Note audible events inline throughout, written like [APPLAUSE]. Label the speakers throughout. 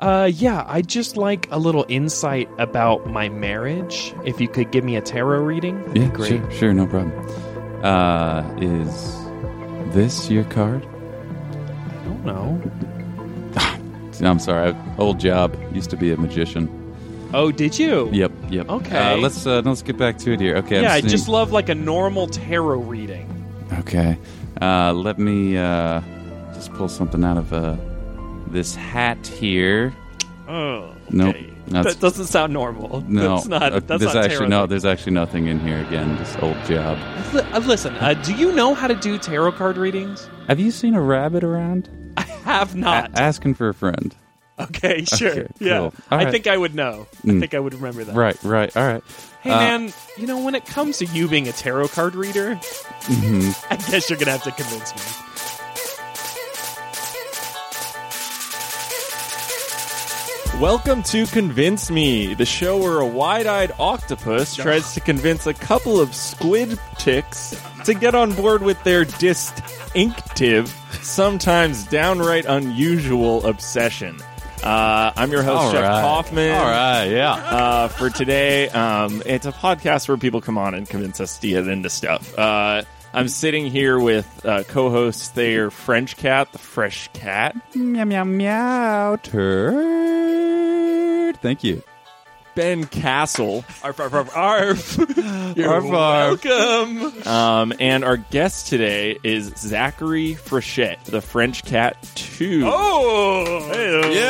Speaker 1: Uh, yeah, I'd just like a little insight about my marriage. If you could give me a tarot reading, that'd
Speaker 2: Yeah,
Speaker 1: be great.
Speaker 2: sure, sure, no problem. Uh, is this your card?
Speaker 1: I don't know.
Speaker 2: No, I'm sorry. I, old job. Used to be a magician.
Speaker 1: Oh, did you?
Speaker 2: Yep, yep.
Speaker 1: Okay.
Speaker 2: Uh, let's uh, let's get back to it here. Okay. I'm
Speaker 1: Yeah, I
Speaker 2: seeing-
Speaker 1: just love like a normal tarot reading.
Speaker 2: Okay. Uh, let me uh, just pull something out of uh, this hat here.
Speaker 1: Oh,
Speaker 2: Nope,
Speaker 1: okay.
Speaker 2: that's-
Speaker 1: that doesn't sound normal.
Speaker 2: [LAUGHS] No,
Speaker 1: that's not.
Speaker 2: uh,
Speaker 1: That's
Speaker 2: there's
Speaker 1: not
Speaker 2: actually
Speaker 1: tarot.
Speaker 2: no. There's actually nothing in here. Again, just old job.
Speaker 1: Li- uh, Listen, uh, do you know how to do tarot card
Speaker 2: [LAUGHS]
Speaker 1: readings?
Speaker 2: Have you seen a rabbit around?
Speaker 1: I have
Speaker 2: A-
Speaker 1: not.
Speaker 2: asking for a friend.
Speaker 1: okay, [LAUGHS] sure.
Speaker 2: okay,
Speaker 1: yeah,
Speaker 2: cool. All
Speaker 1: I
Speaker 2: right.
Speaker 1: think I would know. I
Speaker 2: Mm.
Speaker 1: think I would remember that.
Speaker 2: Right, right, all right.
Speaker 1: Hey,
Speaker 2: Uh,
Speaker 1: man, you know when it comes to you being a tarot card reader, [LAUGHS] I guess you're gonna have to convince me.
Speaker 3: Welcome to Convince Me, the show where a wide eyed octopus tries to convince a couple of squid ticks to get on board with their distinctive, sometimes downright unusual obsession. Uh, I'm your host,
Speaker 2: All
Speaker 3: Jeff
Speaker 2: right.
Speaker 3: Kaufman.
Speaker 2: All right, yeah.
Speaker 3: Uh, for today, um, it's a podcast where people come on and convince us to get into stuff. Uh, I'm sitting here with uh, co host Thayer French Cat, the Fresh Cat.
Speaker 2: Meow meow meow turd. Thank you.
Speaker 3: Ben Castle.
Speaker 1: Arf, arf, arf, arf. You're
Speaker 2: Arf, arf.
Speaker 1: welcome.
Speaker 3: Um, and our guest today is Zachary Frechette, the French Cat 2.
Speaker 4: Oh, hey,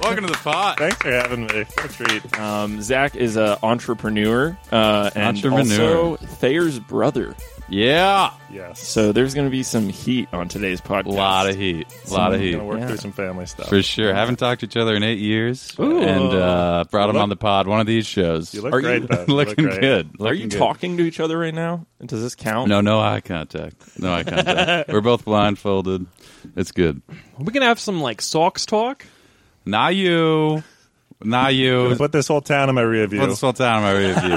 Speaker 2: Welcome to the pot.
Speaker 4: Thanks for having me. What a treat.
Speaker 3: Um, Zach is an entrepreneur uh, and
Speaker 2: Entrepreneur.
Speaker 3: also Thayer's brother.
Speaker 2: Yeah.
Speaker 4: Yes.
Speaker 3: So there's going to be some heat on today's podcast.
Speaker 2: A lot of heat. A lot of
Speaker 4: We're
Speaker 2: heat.
Speaker 4: gonna work
Speaker 3: Yeah.
Speaker 4: through some family stuff.
Speaker 2: For sure. Haven't talked to each other in eight years. And uh, brought him on the pod, one of these shows.
Speaker 4: You look
Speaker 3: Are you
Speaker 4: great,
Speaker 2: [LAUGHS]
Speaker 4: though. You look
Speaker 2: looking
Speaker 4: great.
Speaker 2: good.
Speaker 3: Are
Speaker 2: Looking
Speaker 3: you
Speaker 2: good.
Speaker 3: talking to each other right now? Does this count?
Speaker 2: No, no eye contact. No eye
Speaker 4: [LAUGHS]
Speaker 2: contact. We're both blindfolded. It's good.
Speaker 1: Are we gonna have some like socks talk?
Speaker 2: Not you. Not you.
Speaker 4: Gonna Put this whole town in my rear
Speaker 2: Put
Speaker 4: view.
Speaker 2: this whole town in my review,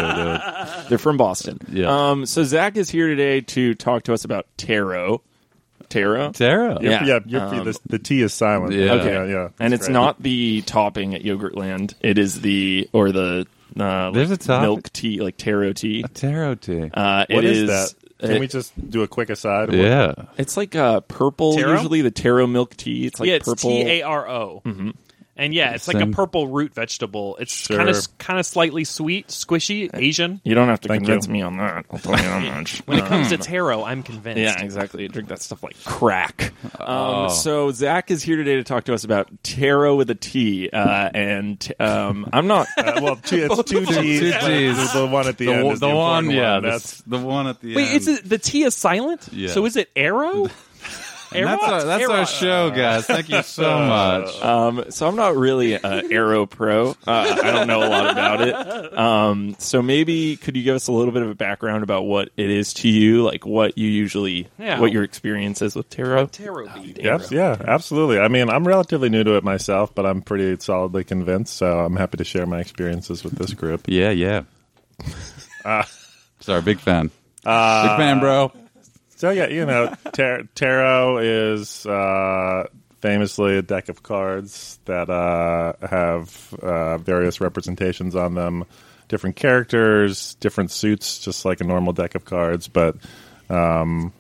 Speaker 4: [LAUGHS]
Speaker 2: dude.
Speaker 3: They're from Boston.
Speaker 2: Yeah.
Speaker 3: Um, so Zach is here today to talk to us about tarot. Tarot?
Speaker 2: Tara.
Speaker 3: Yeah.
Speaker 4: Yeah, you're,
Speaker 3: Um,
Speaker 4: the, the T is silent.
Speaker 2: Yeah.
Speaker 3: Okay.
Speaker 4: yeah, yeah.
Speaker 3: And
Speaker 4: That's
Speaker 3: it's
Speaker 4: great.
Speaker 3: not the topping at Yogurtland. It is the or the uh,
Speaker 2: There's a
Speaker 3: like
Speaker 2: top-
Speaker 3: milk tea, like taro tea.
Speaker 2: Tarot tea.
Speaker 3: Uh,
Speaker 4: What
Speaker 3: it
Speaker 4: is
Speaker 3: is
Speaker 4: that? Can
Speaker 3: it-
Speaker 4: we just do a quick aside? What-
Speaker 2: yeah.
Speaker 3: It's like uh, purple.
Speaker 1: Taro?
Speaker 3: Usually the taro milk tea. It's like
Speaker 1: yeah, it's
Speaker 3: purple.
Speaker 1: T A R O. And yeah, it's like a
Speaker 2: Same.
Speaker 1: purple root vegetable. It's
Speaker 4: Sure.
Speaker 1: kind of kind of slightly sweet, squishy, Asian.
Speaker 3: you don't have to
Speaker 4: Thank
Speaker 3: convince
Speaker 4: you.
Speaker 3: me on that. I'll tell you how [LAUGHS] much.
Speaker 1: When it comes to tarot, I'm convinced.
Speaker 3: yeah, exactly. Drink that stuff like crack. Um, So Zach is here today to talk to us about tarot with a T, uh, and um, I'm not.
Speaker 4: Uh, well, T, it's two T's.
Speaker 2: Two
Speaker 4: but
Speaker 2: Ts.
Speaker 4: The, the one at the, end.
Speaker 2: w-
Speaker 4: is the, important
Speaker 2: yeah,
Speaker 4: one.
Speaker 2: that's
Speaker 4: That's
Speaker 2: the one at the
Speaker 1: Wait,
Speaker 2: end.
Speaker 1: is it the T is silent?
Speaker 2: Yeah.
Speaker 1: So is it arrow?
Speaker 2: And that's our, that's
Speaker 1: [LAUGHS]
Speaker 2: our
Speaker 1: Arrow.
Speaker 2: show, guys. Thank you [LAUGHS] so much.
Speaker 3: Um, so I'm not really uh, Aero Pro. Uh, I don't know a lot about it. Um, so maybe could you give us a little bit of a background about what it is to you, like what you usually,
Speaker 1: Yeah.
Speaker 3: what your experience is with tarot?
Speaker 1: Tarot bead.
Speaker 4: Yes, yeah, absolutely. I mean, I'm relatively new to it myself, but I'm pretty solidly convinced, so I'm happy to share my experiences with this group.
Speaker 2: yeah, yeah. Uh, Sorry, big fan. big fan, bro.
Speaker 4: So yeah, you know, tar- tarot is uh, famously a deck of cards that uh, have uh, various representations on them, different characters, different suits, just like a normal deck of cards. But um,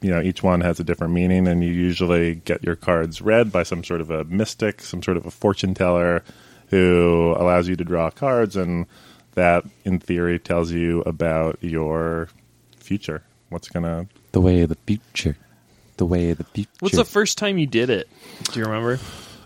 Speaker 4: you know, each one has a different meaning, and you usually get your cards read by some sort of a mystic, some sort of a fortune teller, who allows you to draw cards, and that, in theory, tells you about your future. What's gonna
Speaker 2: The way of the future. The way of the future.
Speaker 1: What's the first time you did it? Do you remember?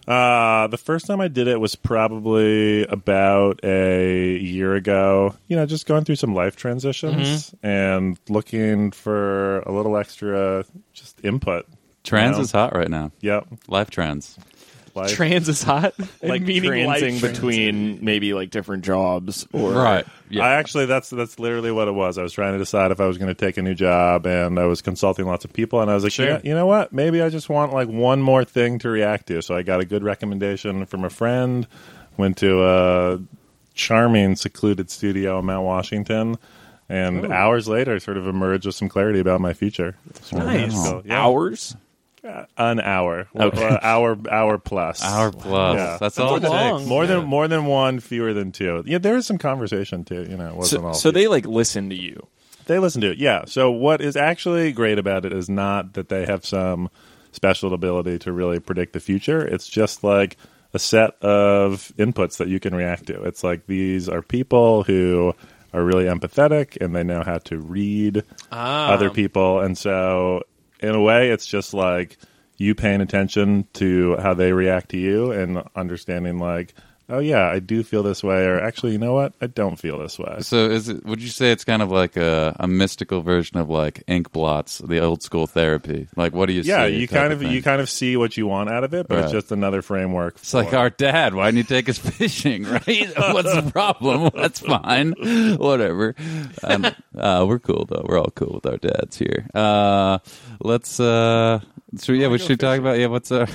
Speaker 4: Uh, the first time I did it was probably about a year ago. You know, just going through some life transitions and looking for a little extra just input.
Speaker 2: trans
Speaker 4: No.
Speaker 2: is hot right now.
Speaker 4: Yep.
Speaker 2: Life trans.
Speaker 4: Life.
Speaker 1: Trans is hot.
Speaker 3: Like
Speaker 1: meaning life
Speaker 3: transing
Speaker 1: trans.
Speaker 3: between maybe like different jobs or
Speaker 2: Yeah.
Speaker 4: I actually that's that's literally what it was. I was trying to decide if I was going to take a new job and I was consulting lots of people and I was like,
Speaker 1: Sure.
Speaker 4: you, know, you know what? Maybe I just want like one more thing to react to. So I got a good recommendation from a friend, went to a charming secluded studio in Mount Washington and hours later sort of emerged with some clarity about my future. It's really
Speaker 1: Nice.
Speaker 4: cool. Yeah.
Speaker 3: hours.
Speaker 4: An hour, Well, hour, hour plus,
Speaker 2: Hour plus.
Speaker 4: Yeah.
Speaker 2: That's all it
Speaker 1: That's long.
Speaker 2: takes.
Speaker 4: more than more than one, fewer than two. Yeah, there was some conversation too. You know, it wasn't
Speaker 5: So,
Speaker 4: all.
Speaker 5: so they like listen to you.
Speaker 4: They listen to it, yeah. So what is actually great about it is not that they have some special ability to really predict the future. It's just like a set of inputs that you can react to. It's like these are people who are really empathetic and they know how to read
Speaker 1: Ah.
Speaker 4: other people. And so in a way it's just like you paying attention to how they react to you and understanding like, oh yeah, I do feel this way or actually you know what? I don't feel this way.
Speaker 2: So is it? Would you say it's kind of like a, a mystical version of like ink blots, the old school therapy? Like, what do you?
Speaker 4: yeah
Speaker 2: see
Speaker 4: you
Speaker 2: type
Speaker 4: kind of
Speaker 2: thing?
Speaker 4: you kind of see what you want out of it but
Speaker 2: Right.
Speaker 4: it's just another framework
Speaker 2: It's like our dad. Why didn't you take us [LAUGHS] fishing? Right? [LAUGHS] What's the problem? [LAUGHS] That's fine. Whatever. Um, [LAUGHS] uh, we're cool though. We're all cool with our dads here. Uh, let's. Uh, so yeah, we should talk about yeah. What's [LAUGHS] our?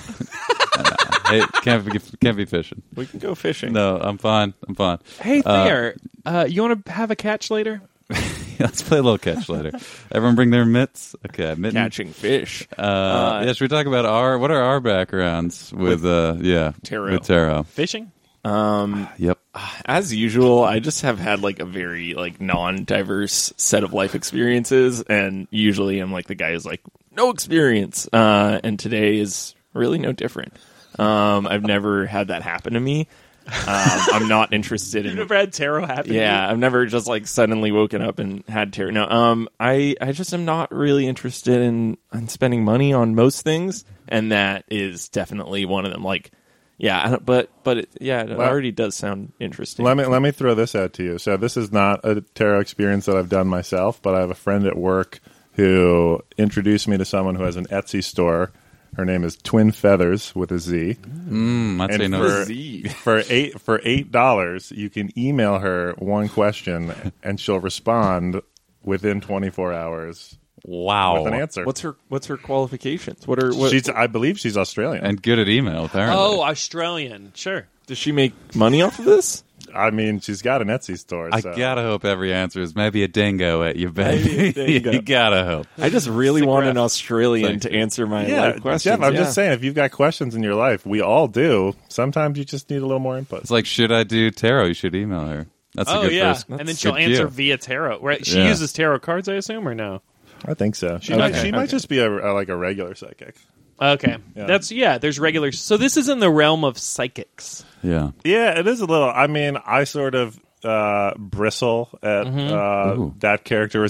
Speaker 2: hey, can't be, can't be fishing.
Speaker 5: We can go fishing.
Speaker 2: No, I'm fine. I'm fine.
Speaker 1: Hey
Speaker 2: Uh,
Speaker 1: there, uh, you want to have a catch later?
Speaker 2: [LAUGHS] let's play a little catch later. Everyone bring their mitts. Okay, mitten.
Speaker 5: Catching fish.
Speaker 2: Uh, yeah, should we talk about our what are our backgrounds with, uh yeah
Speaker 5: tarot.
Speaker 2: with tarot?
Speaker 1: Fishing?
Speaker 2: Yep.
Speaker 5: As usual, I just have had like a very like non-diverse set of life experiences, and usually I'm like the guy who's like no experience, uh, and today is really no different. Um, I've never had that happen to me. Um, I'm not interested
Speaker 4: [LAUGHS]
Speaker 5: in
Speaker 1: had tarot happen?
Speaker 5: Yeah, I've never just like suddenly woken up and had terror. No, um, I I just am not really interested in in spending money on most things, and that is definitely one of them. Like, yeah, I don't, but but it, yeah, it
Speaker 4: Well-
Speaker 5: already does sound interesting.
Speaker 4: let me let me throw this out to you so this is not a tarot experience that i've done myself but i have a friend at work who introduced me to someone who has an etsy store her name is twin feathers with a z
Speaker 2: Mm, I'd say
Speaker 4: and
Speaker 2: no.
Speaker 4: for,
Speaker 5: Z.
Speaker 4: for eight for eight dollars you can email her one question and she'll respond within 24 hours
Speaker 2: wow.
Speaker 4: with an answer
Speaker 5: What's her What's her qualifications? What are what,
Speaker 4: she's i believe she's australian
Speaker 2: And good at email apparently.
Speaker 1: Oh, Australian. Sure.
Speaker 5: does she make money off of this?
Speaker 4: i mean she's got an etsy store
Speaker 2: I
Speaker 4: so.
Speaker 2: gotta hope every answer is maybe a dingo at you, baby. [LAUGHS]
Speaker 5: dingo.
Speaker 2: you gotta hope.
Speaker 5: [LAUGHS] I just really
Speaker 1: Sick
Speaker 5: want
Speaker 1: ref.
Speaker 5: an Australian
Speaker 2: Sick.
Speaker 5: to answer my
Speaker 4: Yeah,
Speaker 5: life questions.
Speaker 4: Jeff, I'm
Speaker 5: Yeah.
Speaker 4: just saying, if you've got questions in your life, we all do. Sometimes you just need a little more input.
Speaker 2: It's like should I do tarot? You should email her. That's a
Speaker 1: oh
Speaker 2: good
Speaker 1: yeah,
Speaker 2: first.
Speaker 1: and then
Speaker 2: that's
Speaker 1: she'll
Speaker 2: good
Speaker 1: answer
Speaker 2: cue.
Speaker 1: via tarot. Right? She
Speaker 2: Yeah.
Speaker 1: uses tarot cards, I assume, or no?
Speaker 4: I think so. She,
Speaker 1: Okay,
Speaker 4: might, she might
Speaker 1: okay.
Speaker 4: just be a, a- like a regular psychic.
Speaker 1: Okay, that's yeah. There's regular. So this is in the realm of psychics.
Speaker 2: Yeah.
Speaker 4: Yeah, it is a little. I mean, I sort of uh, bristle at uh,
Speaker 2: Ooh.
Speaker 4: that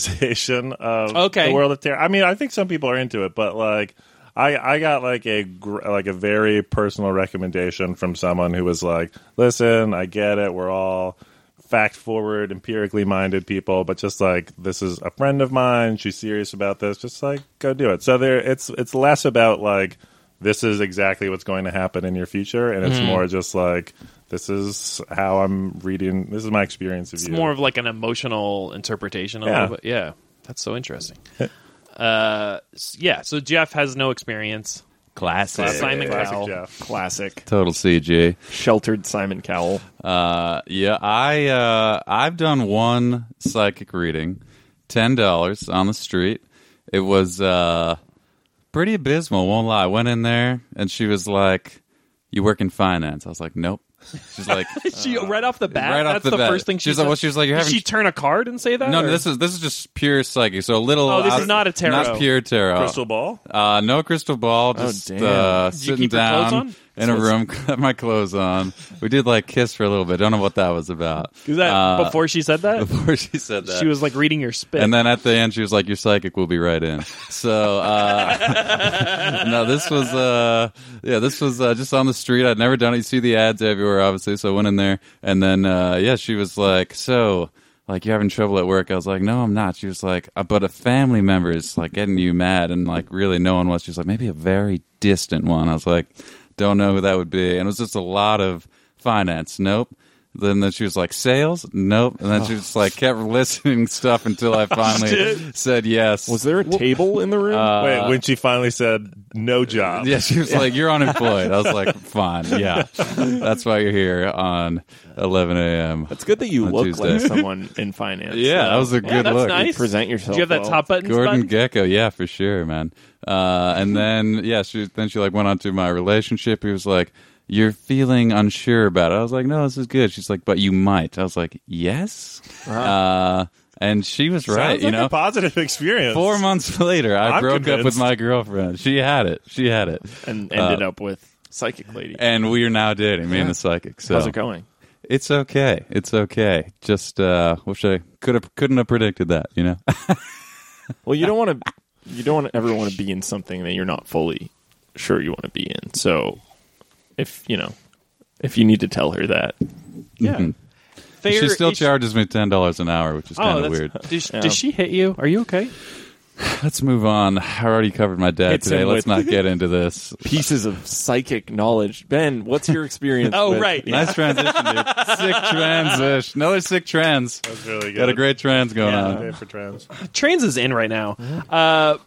Speaker 4: characterization of
Speaker 1: Okay.
Speaker 4: the world of terror. I mean, I think some people are into it, but like, I I got like a gr- like a very personal recommendation from someone who was like, "Listen, I get it. We're all." Fact forward, empirically minded people, but just like this is a friend of mine, she's serious about this. Just like go do it. So there, it's it's less about like this is exactly what's going to happen in your future, and
Speaker 1: Mm.
Speaker 4: it's more just like this is how I'm reading. This is my experience of
Speaker 1: It's
Speaker 4: you.
Speaker 1: more of like an emotional interpretation. A
Speaker 4: Yeah.
Speaker 1: little bit. Yeah, that's so interesting. uh, s- yeah. So Jeff has no experience.
Speaker 2: Classic.
Speaker 1: Simon
Speaker 4: Classic
Speaker 1: Cowell.
Speaker 4: Jeff.
Speaker 5: classic
Speaker 2: Total CG.
Speaker 5: sheltered Simon Cowell.
Speaker 2: Uh, yeah, I uh, I've done one psychic reading, ten dollars on the street. It was uh, pretty abysmal. Won't lie. I went in there and she was like, "You work in finance?" I was like, "Nope." She's like,
Speaker 1: [LAUGHS] She right off the bat.
Speaker 2: Uh, right off
Speaker 1: that's
Speaker 2: the
Speaker 1: the,
Speaker 2: bat.
Speaker 1: first thing she
Speaker 2: She's like- well, she was like, "You're
Speaker 1: Did
Speaker 2: having-
Speaker 1: she turn a card and say that?
Speaker 2: "No,
Speaker 1: or-
Speaker 2: no, this is this is just pure psychic. So a little.
Speaker 1: Oh, this is
Speaker 2: out-
Speaker 1: not a tarot. Oh,
Speaker 2: Not pure tarot.
Speaker 4: Crystal ball.
Speaker 2: Uh, no crystal ball. Just
Speaker 5: damn.
Speaker 2: uh,
Speaker 1: Did you
Speaker 2: sitting
Speaker 1: keep your clothes
Speaker 2: down
Speaker 1: on?
Speaker 2: in a room. [LAUGHS] Got my clothes on. We did like kiss for a little bit. Don't know what that was about.
Speaker 1: Is that
Speaker 2: Uh,
Speaker 1: before she said that?
Speaker 2: [LAUGHS] Before she said that,
Speaker 1: She was like reading your spit.
Speaker 2: And then at the end, she was like, "Your psychic will be right in." So uh, [LAUGHS] no, this was uh, yeah, this was uh, just on the street. I'd never done it. You see the ads everywhere, obviously. So I went in there, and then uh, yeah, she was like, "So." Like you're having trouble at work. I was like, no, I'm not. She was like, "Uh, but a family member is like getting you mad, and like really no one was. She was like, maybe a very distant one. I was like, don't know who that would be. And it was just a lot of finance. Nope. Then, then she was like, sales? Nope. And then she just like kept [LAUGHS] listing stuff until I finally said yes.
Speaker 5: Was there a table in the room?
Speaker 1: uh,
Speaker 4: Wait, when she finally said no job.
Speaker 2: Yeah, she was like, "You're unemployed." I was like, "Fine, yeah, that's why you're here on 11 a.m."
Speaker 5: it's good that you
Speaker 2: on
Speaker 5: look like
Speaker 2: Tuesday.
Speaker 5: someone in finance.
Speaker 2: Yeah, that was a
Speaker 1: Yeah,
Speaker 2: good
Speaker 1: that's
Speaker 2: look.
Speaker 1: nice.
Speaker 5: present yourself
Speaker 1: Do you have that
Speaker 5: well.
Speaker 1: top button?
Speaker 2: Gordon
Speaker 1: button?
Speaker 2: Gecko, yeah, for sure, man. Uh, and then yeah, she then she like went on to my relationship. He was like, "You're feeling unsure about it." I was like, "No, this is good." She's like, "But you might." I was like, "Yes." Uh, and she was
Speaker 4: Sounds
Speaker 2: right.
Speaker 4: like
Speaker 2: you know,
Speaker 4: a positive experience.
Speaker 2: four months [LAUGHS] later, I
Speaker 4: I'm
Speaker 2: broke up with
Speaker 4: convinced.
Speaker 2: my girlfriend. She had it. She had it,
Speaker 5: and ended up with psychic lady.
Speaker 2: and we are now dating. Me and the psychic. So
Speaker 5: How's it going?
Speaker 2: It's okay. It's okay. Just uh wish I could have couldn't have predicted that, you know. [LAUGHS]
Speaker 5: Well, you don't want to. You don't want to ever want to be in something that you're not fully sure you want to be in. So, if you know, if you need to tell her that,
Speaker 1: Yeah. Fair
Speaker 2: she still
Speaker 1: ish-
Speaker 2: charges me ten dollars an hour, which is
Speaker 1: Oh,
Speaker 2: kind
Speaker 1: that's
Speaker 2: of
Speaker 1: [LAUGHS]
Speaker 2: weird.
Speaker 1: Does,
Speaker 5: Yeah.
Speaker 1: does she hit you? Are you okay?
Speaker 2: Let's move on. I already covered my dad
Speaker 5: Hits
Speaker 2: today.
Speaker 5: him with-
Speaker 2: Let's not get into this.
Speaker 5: pieces of psychic knowledge. Ben, what's your
Speaker 4: [LAUGHS]
Speaker 5: experience?
Speaker 4: Oh,
Speaker 5: with-
Speaker 2: Nice transition, dude. Sick transition. Another sick trans.
Speaker 4: That's really good.
Speaker 2: Got a great uh, trans going
Speaker 1: Yeah.
Speaker 2: on.
Speaker 4: Okay, for trans.
Speaker 1: Trans is in right now. Uh,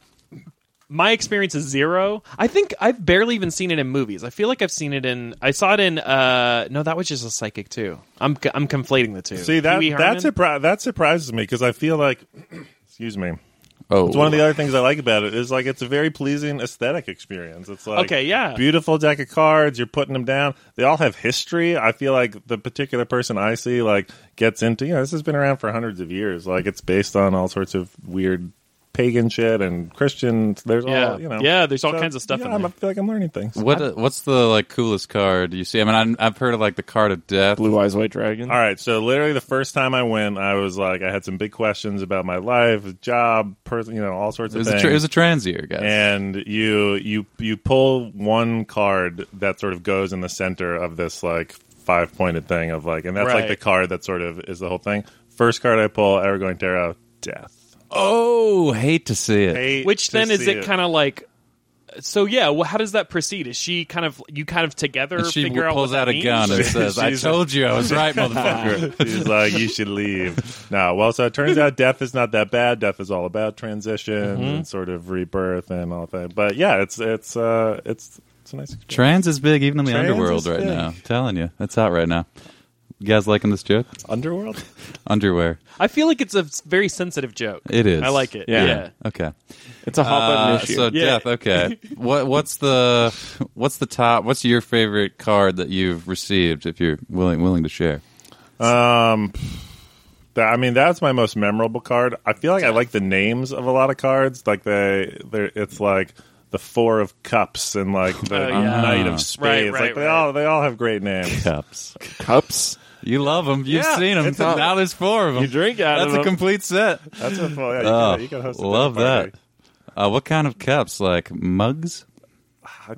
Speaker 1: my experience is zero. I think I've barely even seen it in movies. I feel like I've seen it in. I saw it in. Uh, no, that was just a psychic too. I'm I'm conflating the two.
Speaker 4: See that
Speaker 1: Pee Wee
Speaker 4: that
Speaker 1: Herman?
Speaker 4: surpri- that surprises me because I feel like, [CLEARS THROAT] excuse me,
Speaker 2: Oh,
Speaker 4: it's one of the other things I like about it is like it's a very pleasing aesthetic experience. It's like
Speaker 1: Okay, yeah.
Speaker 4: beautiful deck of cards. You're putting them down. They all have history. I feel like the particular person I see like gets into you know this has been around for hundreds of years. Like it's based on all sorts of weird pagan shit and Christian. There's
Speaker 1: Yeah.
Speaker 4: all you know
Speaker 1: Yeah, there's all kinds of stuff
Speaker 4: Yeah,
Speaker 1: in
Speaker 4: I'm-
Speaker 1: there.
Speaker 4: I feel like I'm learning things.
Speaker 2: what uh, what's the like coolest card you see? I mean, I'm, I've heard of like the card of death.
Speaker 5: Blue Eyes White Dragon.
Speaker 4: All right, so literally the first time I went, I was like, I had some big questions about my life, job, person, you know, all sorts
Speaker 2: It
Speaker 4: of
Speaker 2: was, a
Speaker 4: things.
Speaker 2: tra- it was a trans year, guys.
Speaker 4: and you you you pull one card that sort of goes in the center of this like five pointed thing of like, and that's
Speaker 1: Right.
Speaker 4: like the card that sort of is the whole thing. First card I pull, Aragorn Tarot, death.
Speaker 2: oh, hate to see it.
Speaker 4: Hate
Speaker 1: Which
Speaker 4: to
Speaker 1: then is
Speaker 4: see
Speaker 1: it, kind of like? So yeah, well, how does that proceed? Is she kind of you kind of together
Speaker 2: And she
Speaker 1: figure out
Speaker 2: pulls
Speaker 1: what that
Speaker 2: out, a
Speaker 1: means?
Speaker 2: gun and says, "I
Speaker 4: She's-
Speaker 2: told you, I was right,
Speaker 1: Uh,
Speaker 2: motherfucker."
Speaker 4: She's like, you should leave. No, well, so it turns out death is not that bad. Death is all about transition
Speaker 1: Mm-hmm.
Speaker 4: and sort of rebirth and all that. But yeah, it's it's uh, it's it's a nice. Experience.
Speaker 2: Trans is big, even in the
Speaker 4: Trans
Speaker 2: underworld
Speaker 4: is
Speaker 2: right
Speaker 4: big.
Speaker 2: now. I'm telling you, that's out right now. You guys liking this joke?
Speaker 4: Underworld.
Speaker 2: Underwear.
Speaker 1: I feel like it's a very sensitive joke.
Speaker 2: It is.
Speaker 1: I like it.
Speaker 5: Yeah.
Speaker 1: Yeah.
Speaker 2: Okay.
Speaker 5: It's a hot
Speaker 2: Uh,
Speaker 5: button issue.
Speaker 2: so
Speaker 1: Yeah.
Speaker 2: death. Okay. What what's the what's the top? What's your favorite card that you've received? If you're willing willing to share.
Speaker 4: Um, that, I mean, that's my most memorable card. I feel like I like the names of a lot of cards. Like they, they're, it's like the Four of Cups and like the
Speaker 1: Oh, yeah.
Speaker 4: Knight
Speaker 2: Ah.
Speaker 4: of
Speaker 1: Right,
Speaker 4: Spades.
Speaker 1: right,
Speaker 4: like they
Speaker 1: right.
Speaker 4: all, they all have great names.
Speaker 2: Cups.
Speaker 5: Cups.
Speaker 2: You love them. You've
Speaker 4: Yeah,
Speaker 2: seen them.
Speaker 4: it's a-
Speaker 2: now there's four of them.
Speaker 5: You drink out
Speaker 2: That's
Speaker 5: of
Speaker 2: a
Speaker 5: 'em.
Speaker 2: complete set.
Speaker 4: That's what, well, yeah, you,
Speaker 2: Oh,
Speaker 4: can, you can host. a dinner
Speaker 2: love
Speaker 4: party.
Speaker 2: that. Uh, what kind of cups? Like mugs?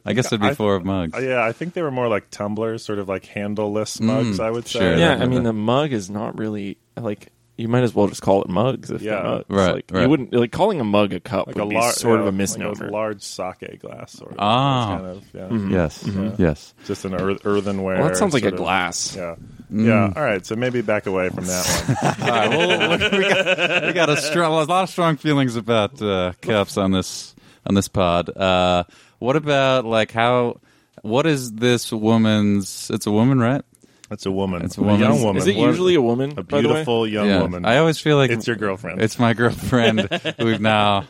Speaker 2: I guess it'd
Speaker 4: think
Speaker 2: be
Speaker 4: I- Oh,
Speaker 2: four of mugs.
Speaker 4: Yeah, I think they were more like tumblers, sort of like handleless mugs. I would say.
Speaker 2: Hmm, sure.
Speaker 5: Yeah, I mean the mug is not really like you might as well just call it mugs. If they're
Speaker 4: Yeah.
Speaker 5: mugs.
Speaker 2: Right,
Speaker 5: Like,
Speaker 2: right.
Speaker 5: You wouldn't like calling a mug a cup
Speaker 4: Like
Speaker 5: would
Speaker 4: a
Speaker 5: be
Speaker 4: large,
Speaker 5: sort of a
Speaker 4: Like
Speaker 5: misnomer.
Speaker 4: a large sake glass, sort of.
Speaker 2: Ah. Hmm.
Speaker 4: It's kind of, yeah.
Speaker 2: Yes. Yes.
Speaker 4: just an earth, earthenware.
Speaker 5: well, that sounds like a
Speaker 4: sort of-
Speaker 5: glass.
Speaker 4: Yeah.
Speaker 2: Hmm.
Speaker 4: Yeah. All right. So maybe back away from that
Speaker 2: [LAUGHS]
Speaker 4: one.
Speaker 2: All right. Well, we got, we got a, str- a lot of strong feelings about uh, cups on this on this pod. Uh, what about like how? What is this woman's? It's a woman, right?
Speaker 4: That's a woman.
Speaker 2: It's a woman.
Speaker 4: young woman.
Speaker 5: Is it
Speaker 4: What-
Speaker 5: usually a woman?
Speaker 4: a
Speaker 5: by the way?
Speaker 4: beautiful young
Speaker 2: yeah.
Speaker 4: woman?
Speaker 2: I always feel like
Speaker 4: it's your girlfriend.
Speaker 2: It's my
Speaker 4: [LAUGHS]
Speaker 2: girlfriend. We've now.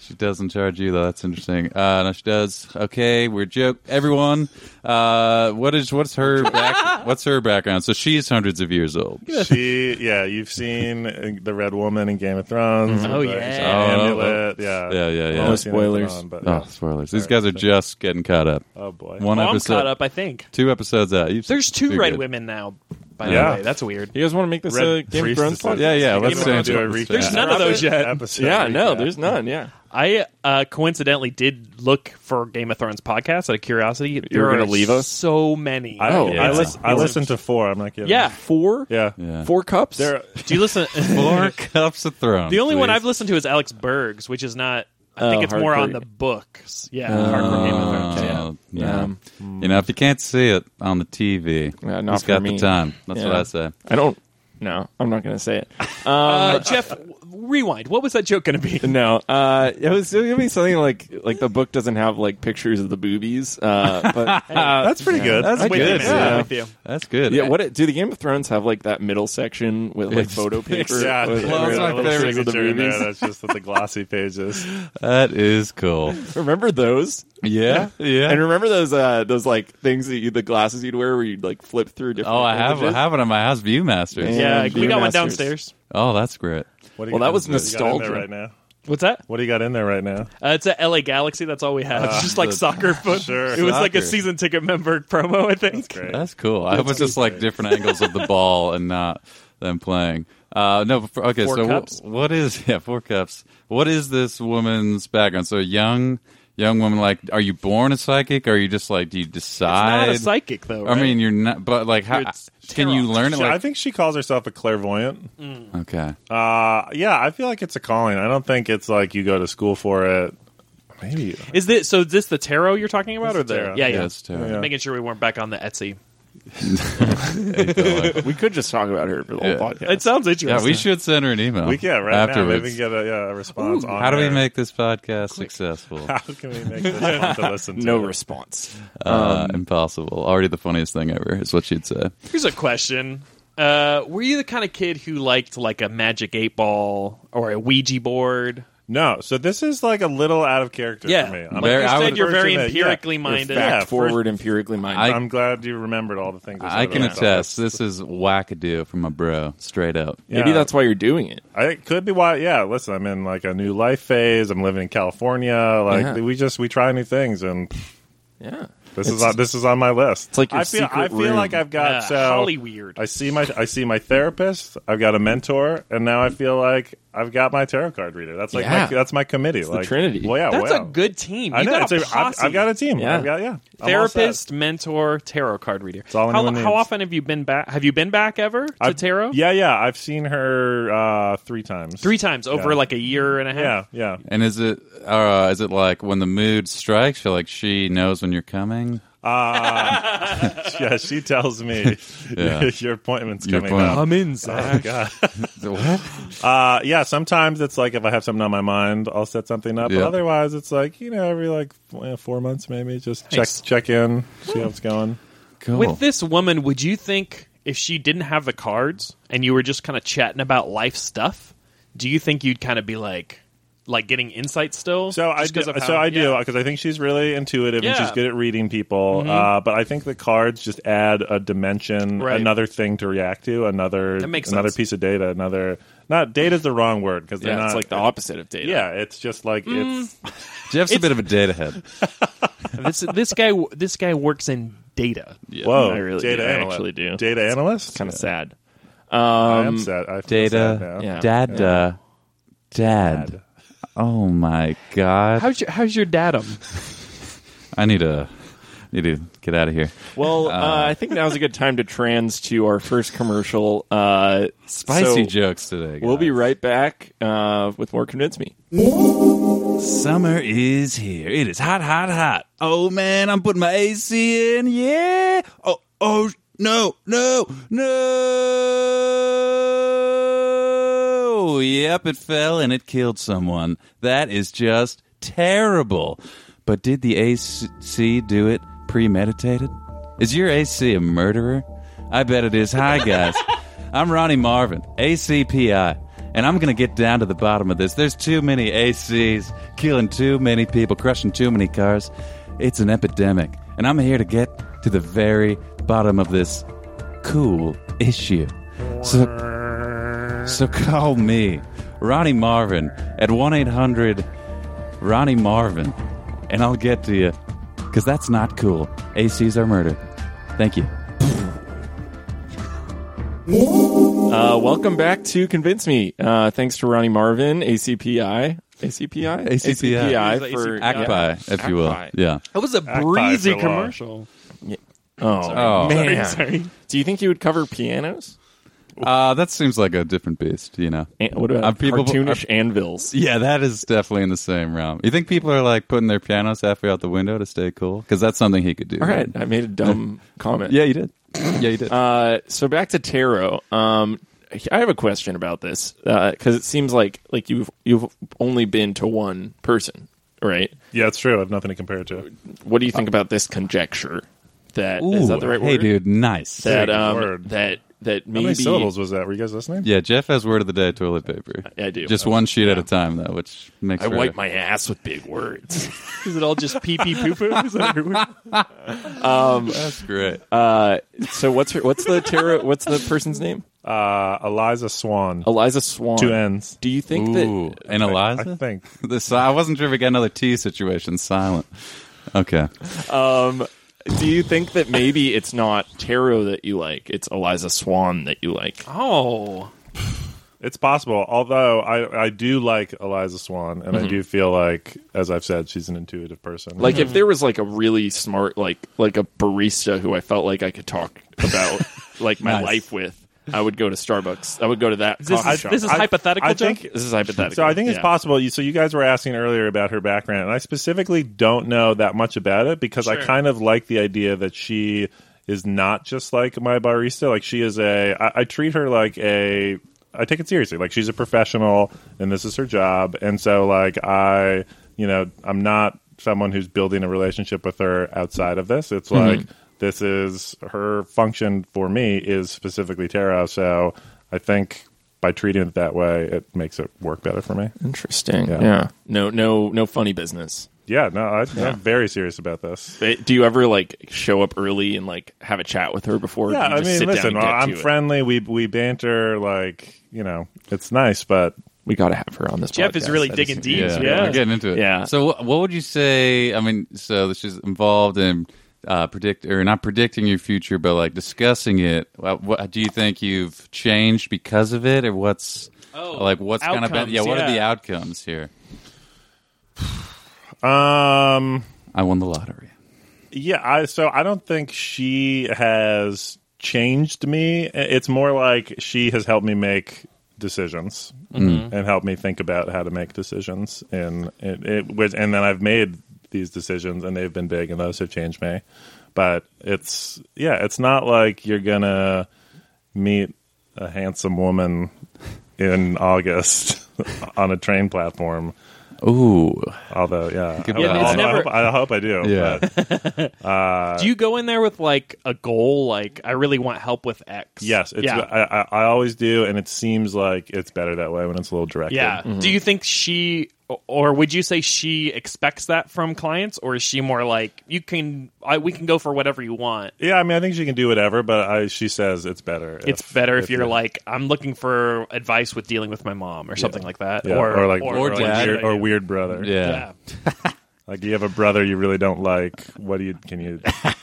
Speaker 2: She doesn't charge you though. That's interesting. Uh, no, she does. Okay, we're joke. Everyone, uh, what is what's her back? what's her background? So she's hundreds of years old. [LAUGHS]
Speaker 4: she. Yeah, you've seen uh, the Red Woman in Game of Thrones.
Speaker 5: Mm-hmm.
Speaker 1: Oh,
Speaker 4: the
Speaker 1: yeah.
Speaker 4: Amulet. yeah.
Speaker 2: Oh. Yeah, yeah, yeah.
Speaker 4: I've seen it
Speaker 5: Spoilers.
Speaker 4: on, but,
Speaker 2: Oh,
Speaker 4: yeah.
Speaker 2: spoilers! These guys are just getting caught up.
Speaker 4: Oh, boy.
Speaker 2: One
Speaker 1: Well, I'm
Speaker 2: episode,
Speaker 1: caught up. I think
Speaker 2: two episodes out. You've-
Speaker 1: there's two
Speaker 2: you're
Speaker 1: red
Speaker 2: good.
Speaker 1: women now. By
Speaker 4: Yeah.
Speaker 1: the way, that's weird.
Speaker 5: You guys want to make this
Speaker 4: Red
Speaker 5: a Game of Thrones podcast?
Speaker 4: priestesses.
Speaker 2: Yeah, yeah. Let's
Speaker 4: Game
Speaker 2: stay
Speaker 4: of
Speaker 2: in touch.
Speaker 4: Thrones, do a recap.
Speaker 1: There's none of those yet.
Speaker 4: Episode
Speaker 5: Yeah, no,
Speaker 4: recap.
Speaker 5: there's none. Yeah,
Speaker 1: I uh, coincidentally did look for Game of Thrones podcast out of curiosity. There
Speaker 5: were
Speaker 1: are
Speaker 5: gonna leave us?
Speaker 1: so many.
Speaker 4: I,
Speaker 5: Oh,
Speaker 4: I,
Speaker 5: yeah.
Speaker 4: listen, I listened to four. I'm not kidding.
Speaker 1: yeah.
Speaker 5: four,
Speaker 4: Yeah.
Speaker 2: Yeah.
Speaker 5: four cups.
Speaker 4: There,
Speaker 1: Do you listen? [LAUGHS]
Speaker 2: [LAUGHS] Four cups of Thrones.
Speaker 1: the only one
Speaker 2: please.
Speaker 1: I've listened to is Alex Berg's, which is not I think
Speaker 5: Oh,
Speaker 1: it's more on
Speaker 5: hardcore.
Speaker 1: the books. Yeah, hardcore Game of Thrones. Yeah.
Speaker 2: Oh, yeah. You know, if you can't see it on the TV,
Speaker 5: Mm. Yeah, not
Speaker 2: who's
Speaker 5: for
Speaker 2: got
Speaker 5: me.
Speaker 2: the time? That's what
Speaker 5: Yeah.
Speaker 2: I say.
Speaker 5: I don't. No, I'm not going to say it.
Speaker 1: Uh, Jeff, w- rewind. What was that joke going to be?
Speaker 5: No, uh, it was going to be something like like the book doesn't have like pictures of the boobies, uh, but uh,
Speaker 4: That's pretty good.
Speaker 2: That's
Speaker 1: With you,
Speaker 2: good.
Speaker 1: man.
Speaker 5: yeah.
Speaker 1: With you.
Speaker 2: That's good.
Speaker 5: yeah, what it, do the Game of Thrones have like that middle section with like photo paper?
Speaker 4: [LAUGHS] yeah,
Speaker 5: with
Speaker 2: Well,
Speaker 5: every-
Speaker 2: it's my
Speaker 4: little
Speaker 2: favorite.
Speaker 4: signature in there.
Speaker 5: Movies.
Speaker 4: That's just the glossy pages.
Speaker 2: That
Speaker 1: [LAUGHS]
Speaker 2: is cool.
Speaker 5: Remember those?
Speaker 2: Yeah, yeah.
Speaker 5: And remember those uh, those like things that you the glasses you'd wear where you'd like flip through different.
Speaker 2: oh, I have I
Speaker 5: images?
Speaker 2: have it on my house, Viewmasters.
Speaker 5: Yeah.
Speaker 1: Yeah, we got one
Speaker 5: Viewmasters.
Speaker 1: downstairs.
Speaker 2: Oh, that's great.
Speaker 4: What
Speaker 5: Well,
Speaker 4: do you got
Speaker 5: that
Speaker 4: in
Speaker 5: was
Speaker 4: there? What do you got in there
Speaker 5: nostalgia.
Speaker 4: right now.
Speaker 1: What's that?
Speaker 4: What do you got in there right now?
Speaker 1: Uh, it's at LA Galaxy. That's all we have. It's just like
Speaker 2: the-
Speaker 1: soccer foot.
Speaker 4: Sure.
Speaker 1: It was like a
Speaker 2: Soccer.
Speaker 1: season ticket member [LAUGHS] promo, I think.
Speaker 4: Great.
Speaker 2: That's cool. I was just like different angles of
Speaker 1: [LAUGHS]
Speaker 2: the ball and not them playing. Uh, no, but for, okay.
Speaker 1: Four
Speaker 2: so wh-
Speaker 1: cups?
Speaker 2: what is [LAUGHS] yeah four cups? What is this woman's background? So a young, young woman. Like, are you born a psychic? Or are you just like do you decide?
Speaker 1: Not a psychic though.
Speaker 2: I
Speaker 1: right?
Speaker 2: mean, you're not. But like, how
Speaker 1: It's
Speaker 2: can you
Speaker 1: tarot.
Speaker 2: learn it?
Speaker 4: Yeah, I
Speaker 2: Like,
Speaker 4: think she calls herself a clairvoyant.
Speaker 1: Mm.
Speaker 2: okay.
Speaker 4: Uh, yeah, I feel like it's a calling. I don't think it's like you go to school for it. Maybe
Speaker 1: is this so? Is this the tarot you're talking about,
Speaker 4: It's
Speaker 1: or the
Speaker 4: tarot.
Speaker 1: yeah, yeah.
Speaker 2: Yes, tarot.
Speaker 4: Yeah.
Speaker 1: Making sure we weren't back on the Etsy.
Speaker 5: [LAUGHS] We could just talk about her for the whole
Speaker 2: Yeah.
Speaker 5: podcast.
Speaker 1: It sounds interesting.
Speaker 2: Yeah, we should send her an email.
Speaker 4: we can right now. Maybe
Speaker 2: afterwards.
Speaker 4: we can get a, yeah, a response. on
Speaker 2: How do we
Speaker 4: there.
Speaker 2: make this podcast
Speaker 4: [LAUGHS]
Speaker 2: successful?
Speaker 4: How can we make this fun to listen to?
Speaker 5: no response.
Speaker 4: Um,
Speaker 2: uh, impossible. Already the funniest thing ever is what she'd say.
Speaker 1: Here's a question. Uh, were you the kind of kid who liked like a magic eight ball or a Ouija board?
Speaker 4: No. So this is like a little out of character
Speaker 1: Yeah.
Speaker 4: for me. I'm,
Speaker 1: Like
Speaker 2: Very-
Speaker 1: you
Speaker 2: I
Speaker 1: said,
Speaker 2: would-
Speaker 1: you're very
Speaker 4: Person that- yeah.
Speaker 1: empirically
Speaker 4: You're
Speaker 1: minded.
Speaker 4: fact-
Speaker 5: Back forward, empirically minded.
Speaker 2: I-
Speaker 4: I'm glad you remembered all the things. I, said
Speaker 2: I can
Speaker 4: about
Speaker 2: attest.
Speaker 4: myself.
Speaker 2: This is wackadoo from a bro, straight up.
Speaker 5: Maybe
Speaker 4: Yeah.
Speaker 5: that's why you're doing it.
Speaker 4: I it could be why. Yeah, listen, I'm in like a new life phase. I'm living in California. Like
Speaker 5: Yeah.
Speaker 4: we just we try new things, and
Speaker 5: Yeah.
Speaker 4: this is on, this is on my list.
Speaker 5: It's like your
Speaker 4: I feel
Speaker 5: secret
Speaker 4: I feel
Speaker 5: room.
Speaker 4: like I've got
Speaker 1: Uh,
Speaker 4: so
Speaker 1: Holly weird.
Speaker 4: I see my I see my therapist. I've got a mentor, and now I feel like I've got my tarot card reader. That's like
Speaker 5: Yeah.
Speaker 4: my, that's my committee. like
Speaker 5: Trinity.
Speaker 4: Well, yeah,
Speaker 1: That's
Speaker 4: wow.
Speaker 1: a good team. You
Speaker 4: I know.
Speaker 1: got a
Speaker 4: it's a, I've,
Speaker 1: posse.
Speaker 4: I've got a team.
Speaker 5: Yeah.
Speaker 4: I've got yeah. I'm all
Speaker 1: therapist,
Speaker 4: set.
Speaker 1: mentor, tarot card reader.
Speaker 4: all
Speaker 1: how,
Speaker 4: anyone
Speaker 1: how
Speaker 4: needs.
Speaker 1: often have you been back? Have you been back ever to
Speaker 4: I've-
Speaker 1: tarot?
Speaker 4: Yeah, yeah. I've seen her uh, three times.
Speaker 1: three times over
Speaker 4: Yeah.
Speaker 1: like a year and a half.
Speaker 4: Yeah, yeah. [LAUGHS]
Speaker 2: And is it uh, is it like when the mood strikes, you're like she knows when you're coming?
Speaker 4: yeah, she tells me
Speaker 2: [LAUGHS] Yeah.
Speaker 4: [LAUGHS] your appointment's
Speaker 2: Your
Speaker 4: coming
Speaker 2: appointment.
Speaker 4: up. Oh,
Speaker 1: I'm in, Zach.
Speaker 2: [LAUGHS]
Speaker 4: [LAUGHS]
Speaker 2: What?
Speaker 4: Uh, yeah, sometimes it's like if I have something on my mind, I'll set something up.
Speaker 2: Yeah.
Speaker 4: But otherwise, it's like you know, every like f- eh, four months maybe, just
Speaker 1: Nice.
Speaker 4: check check in, see how it's going.
Speaker 2: Cool.
Speaker 1: With this woman, would you think if she didn't have the cards and you were just kind of chatting about life stuff, do you think you'd kind of be like, like getting insight still?
Speaker 4: So I
Speaker 1: Just
Speaker 4: do,
Speaker 1: 'cause of
Speaker 4: so
Speaker 1: how-
Speaker 4: I do [LAUGHS]
Speaker 1: yeah.
Speaker 4: because I think she's really intuitive and
Speaker 1: Yeah. Mm-hmm.
Speaker 4: she's good at reading people. Uh, but I think the cards just add a dimension,
Speaker 1: Right.
Speaker 4: another thing to react to, another
Speaker 1: That makes
Speaker 4: another
Speaker 1: sense.
Speaker 4: piece of data, another not data is the wrong word because they're
Speaker 5: Yeah,
Speaker 4: not
Speaker 5: it's like the opposite of data.
Speaker 4: yeah, it's just like
Speaker 1: Mm.
Speaker 4: it's
Speaker 2: Jeff's a bit of a data head.
Speaker 1: this this guy this guy works in data.
Speaker 4: whoa,
Speaker 5: I really
Speaker 4: data
Speaker 5: do. I
Speaker 4: analyst.
Speaker 5: actually do.
Speaker 4: data analyst.
Speaker 5: Kind of sad.
Speaker 4: I am sad. I feel sad now.
Speaker 2: Data,
Speaker 5: Yeah.
Speaker 2: data, dad. Oh my god!
Speaker 1: How's your how's your datum?
Speaker 2: I need to need to get out of here.
Speaker 5: Well, uh, I think now's a good time to trans to our first commercial. Uh,
Speaker 2: Spicy
Speaker 5: so
Speaker 2: jokes today.
Speaker 5: We'll be
Speaker 2: guys.
Speaker 5: right back uh, with more Convince Me.
Speaker 2: Summer is here. It is hot, hot, hot. Oh man, I'm putting my AC in. Yeah. Oh, oh no, no, no. Yep, it fell and it killed someone. That is just terrible. But did the AC do it premeditated? Is your AC a murderer? I bet it is. Hi guys. I'm Ronnie Marvin, ACPI, and I'm going to get down to the bottom of this. There's too many ACs, killing too many people, crushing too many cars. It's an epidemic, and I'm here to get to the very bottom of this cool issue. So, so call me, Ronnie Marvin, at 1 800 Ronnie Marvin, and I'll get to you, because that's not cool. ACs are murder. Thank you.
Speaker 5: Uh, welcome back to Convince Me. Uh, thanks to Ronnie Marvin, ACPI. ACPI?
Speaker 2: ACPI.
Speaker 5: ACPI for
Speaker 2: ACPI, if you will.
Speaker 5: ACPI.
Speaker 2: Yeah.
Speaker 1: That was a breezy commercial.
Speaker 5: Oh,
Speaker 2: Oh.
Speaker 5: man.
Speaker 1: [LAUGHS] Sorry.
Speaker 5: Do you think you would cover pianos?
Speaker 2: Uh, that seems like a different beast, you know.
Speaker 3: An- what about
Speaker 2: Are Uh, people-
Speaker 3: cartoonish anvils?
Speaker 2: Yeah, that is definitely in the same realm. You think people are like putting their pianos halfway out the window to stay cool? Because that's something he could do.
Speaker 3: All right,
Speaker 2: right?
Speaker 3: I made a dumb comment.
Speaker 2: [LAUGHS] Yeah, you did. Yeah, you did.
Speaker 3: Uh, so back to tarot. Um, I have a question about this because it seems like like you've you've only been to one person, right?
Speaker 4: Yeah, it's true. I have nothing to compare it to.
Speaker 3: What do you think about this conjecture? That is that the right word?
Speaker 2: Hey, dude, nice.
Speaker 3: That
Speaker 4: Big
Speaker 3: um,
Speaker 4: word.
Speaker 3: that that
Speaker 4: How
Speaker 3: maybe
Speaker 4: many syllables was that? Were you guys listening?
Speaker 2: yeah, Jeff has word of the day toilet paper.
Speaker 3: Uh, I do.
Speaker 2: Just one sheet at a time, though, which makes
Speaker 3: I
Speaker 2: for-
Speaker 3: wipe my ass with big
Speaker 4: [LAUGHS]
Speaker 3: words. [LAUGHS]
Speaker 1: Is it all just pee [LAUGHS] pee poo poo? Is that everywhere?
Speaker 2: That's great.
Speaker 3: Uh, so what's her, what's the tarot? What's the person's name?
Speaker 4: Uh, Eliza Swan.
Speaker 3: Eliza Swan.
Speaker 4: Two N's.
Speaker 3: Do you think
Speaker 2: Ooh,
Speaker 3: that
Speaker 2: and
Speaker 4: I
Speaker 2: Eliza.
Speaker 4: think.
Speaker 2: This I wasn't sure if we got another T situation. Silent. Okay.
Speaker 3: do you think that maybe it's not tarot that you like? It's Eliza Swan that you like.
Speaker 1: Oh,
Speaker 4: It's possible, although I, I do like Eliza Swan, and I
Speaker 1: Mm-hmm.
Speaker 4: do feel like, as I've said, she's an intuitive person.
Speaker 3: Like if there was like a really smart like like a barista who I felt like I could talk
Speaker 4: [LAUGHS]
Speaker 3: about like my
Speaker 2: Nice.
Speaker 3: life with, I would go to Starbucks. I would go to that
Speaker 1: this
Speaker 3: coffee
Speaker 1: is,
Speaker 3: shop.
Speaker 1: this is
Speaker 4: I-
Speaker 1: hypothetical.
Speaker 4: I
Speaker 1: Jeff?
Speaker 4: think-
Speaker 3: This is hypothetical.
Speaker 4: So I think it's
Speaker 3: Yeah.
Speaker 4: possible. You, so you guys were asking earlier about her background, and I specifically don't know that much about it because I
Speaker 1: Sure.
Speaker 4: kind of like the idea that she is not just like my barista. Like she is a, I, I treat her like a. I take it seriously. Like she's a professional, and this is her job, and so like I, you know, I'm not someone who's building a relationship with her outside of this. It's like this is her function for me is specifically tarot. So I think. By treating it that way, it makes it work better for me.
Speaker 3: Interesting. Yeah.
Speaker 4: Yeah.
Speaker 3: No no no funny business.
Speaker 4: Yeah, no, I, I'm very serious about this.
Speaker 3: Eh, Do you ever like show up early and like have a chat with her before?
Speaker 4: Yeah,
Speaker 3: you
Speaker 4: I
Speaker 3: just
Speaker 4: mean,
Speaker 3: sit down
Speaker 4: listen,
Speaker 3: and get
Speaker 4: I'm
Speaker 3: to it?
Speaker 4: friendly. We we banter like you know, it's nice, but
Speaker 3: We got to have her on this.
Speaker 1: Jeff is
Speaker 3: podcast.
Speaker 1: really
Speaker 3: That
Speaker 1: digging
Speaker 3: is-
Speaker 1: deep.
Speaker 2: Yeah,
Speaker 1: Yeah.
Speaker 2: we're getting into it.
Speaker 3: Yeah.
Speaker 2: So, what, what would you say? I mean, so she's involved in uh, predict or not predicting your future, but like discussing it. What, what do you think you've changed because of it, or what's
Speaker 1: Oh,
Speaker 2: like what's kind of been?
Speaker 1: outcomes,
Speaker 2: Yeah, what are
Speaker 1: yeah.
Speaker 2: the outcomes here?
Speaker 4: um,
Speaker 2: I won the lottery.
Speaker 4: yeah. I so I don't think she has changed me. It's more like she has helped me make decisions and helped me think about how to make decisions, and it, it was, and then I've made these decisions, and they've been big, and those have changed me. But it's yeah, it's not like you're gonna. meet a handsome woman in August [LAUGHS] on a train platform.
Speaker 2: Ooh,
Speaker 4: Although, yeah,
Speaker 2: could
Speaker 4: I-
Speaker 2: be Yeah,
Speaker 4: I,
Speaker 2: but it's
Speaker 4: although I
Speaker 1: never-
Speaker 4: hope, I hope I do.
Speaker 2: Yeah.
Speaker 4: but-
Speaker 1: Do you go in there with like a goal? Like, I really want help with X.
Speaker 4: yes, it's,
Speaker 1: yeah.
Speaker 4: I, I, I always do, and it seems like it's better that way when it's a little directed.
Speaker 1: yeah. Do you think she, or would you say she expects that from clients, or is she more like you can, I, we can go for whatever you want?
Speaker 4: yeah. I mean, I think she can do whatever, but I, she says it's better.
Speaker 1: It's better if, you're like, I'm looking for advice with dealing with my mom or something like that,
Speaker 4: yeah,
Speaker 1: or,
Speaker 4: like
Speaker 2: or
Speaker 4: like
Speaker 2: dad.
Speaker 4: weird, or weird brother.
Speaker 2: yeah.
Speaker 1: Yeah.
Speaker 4: like you have a brother you really don't like. What do you can you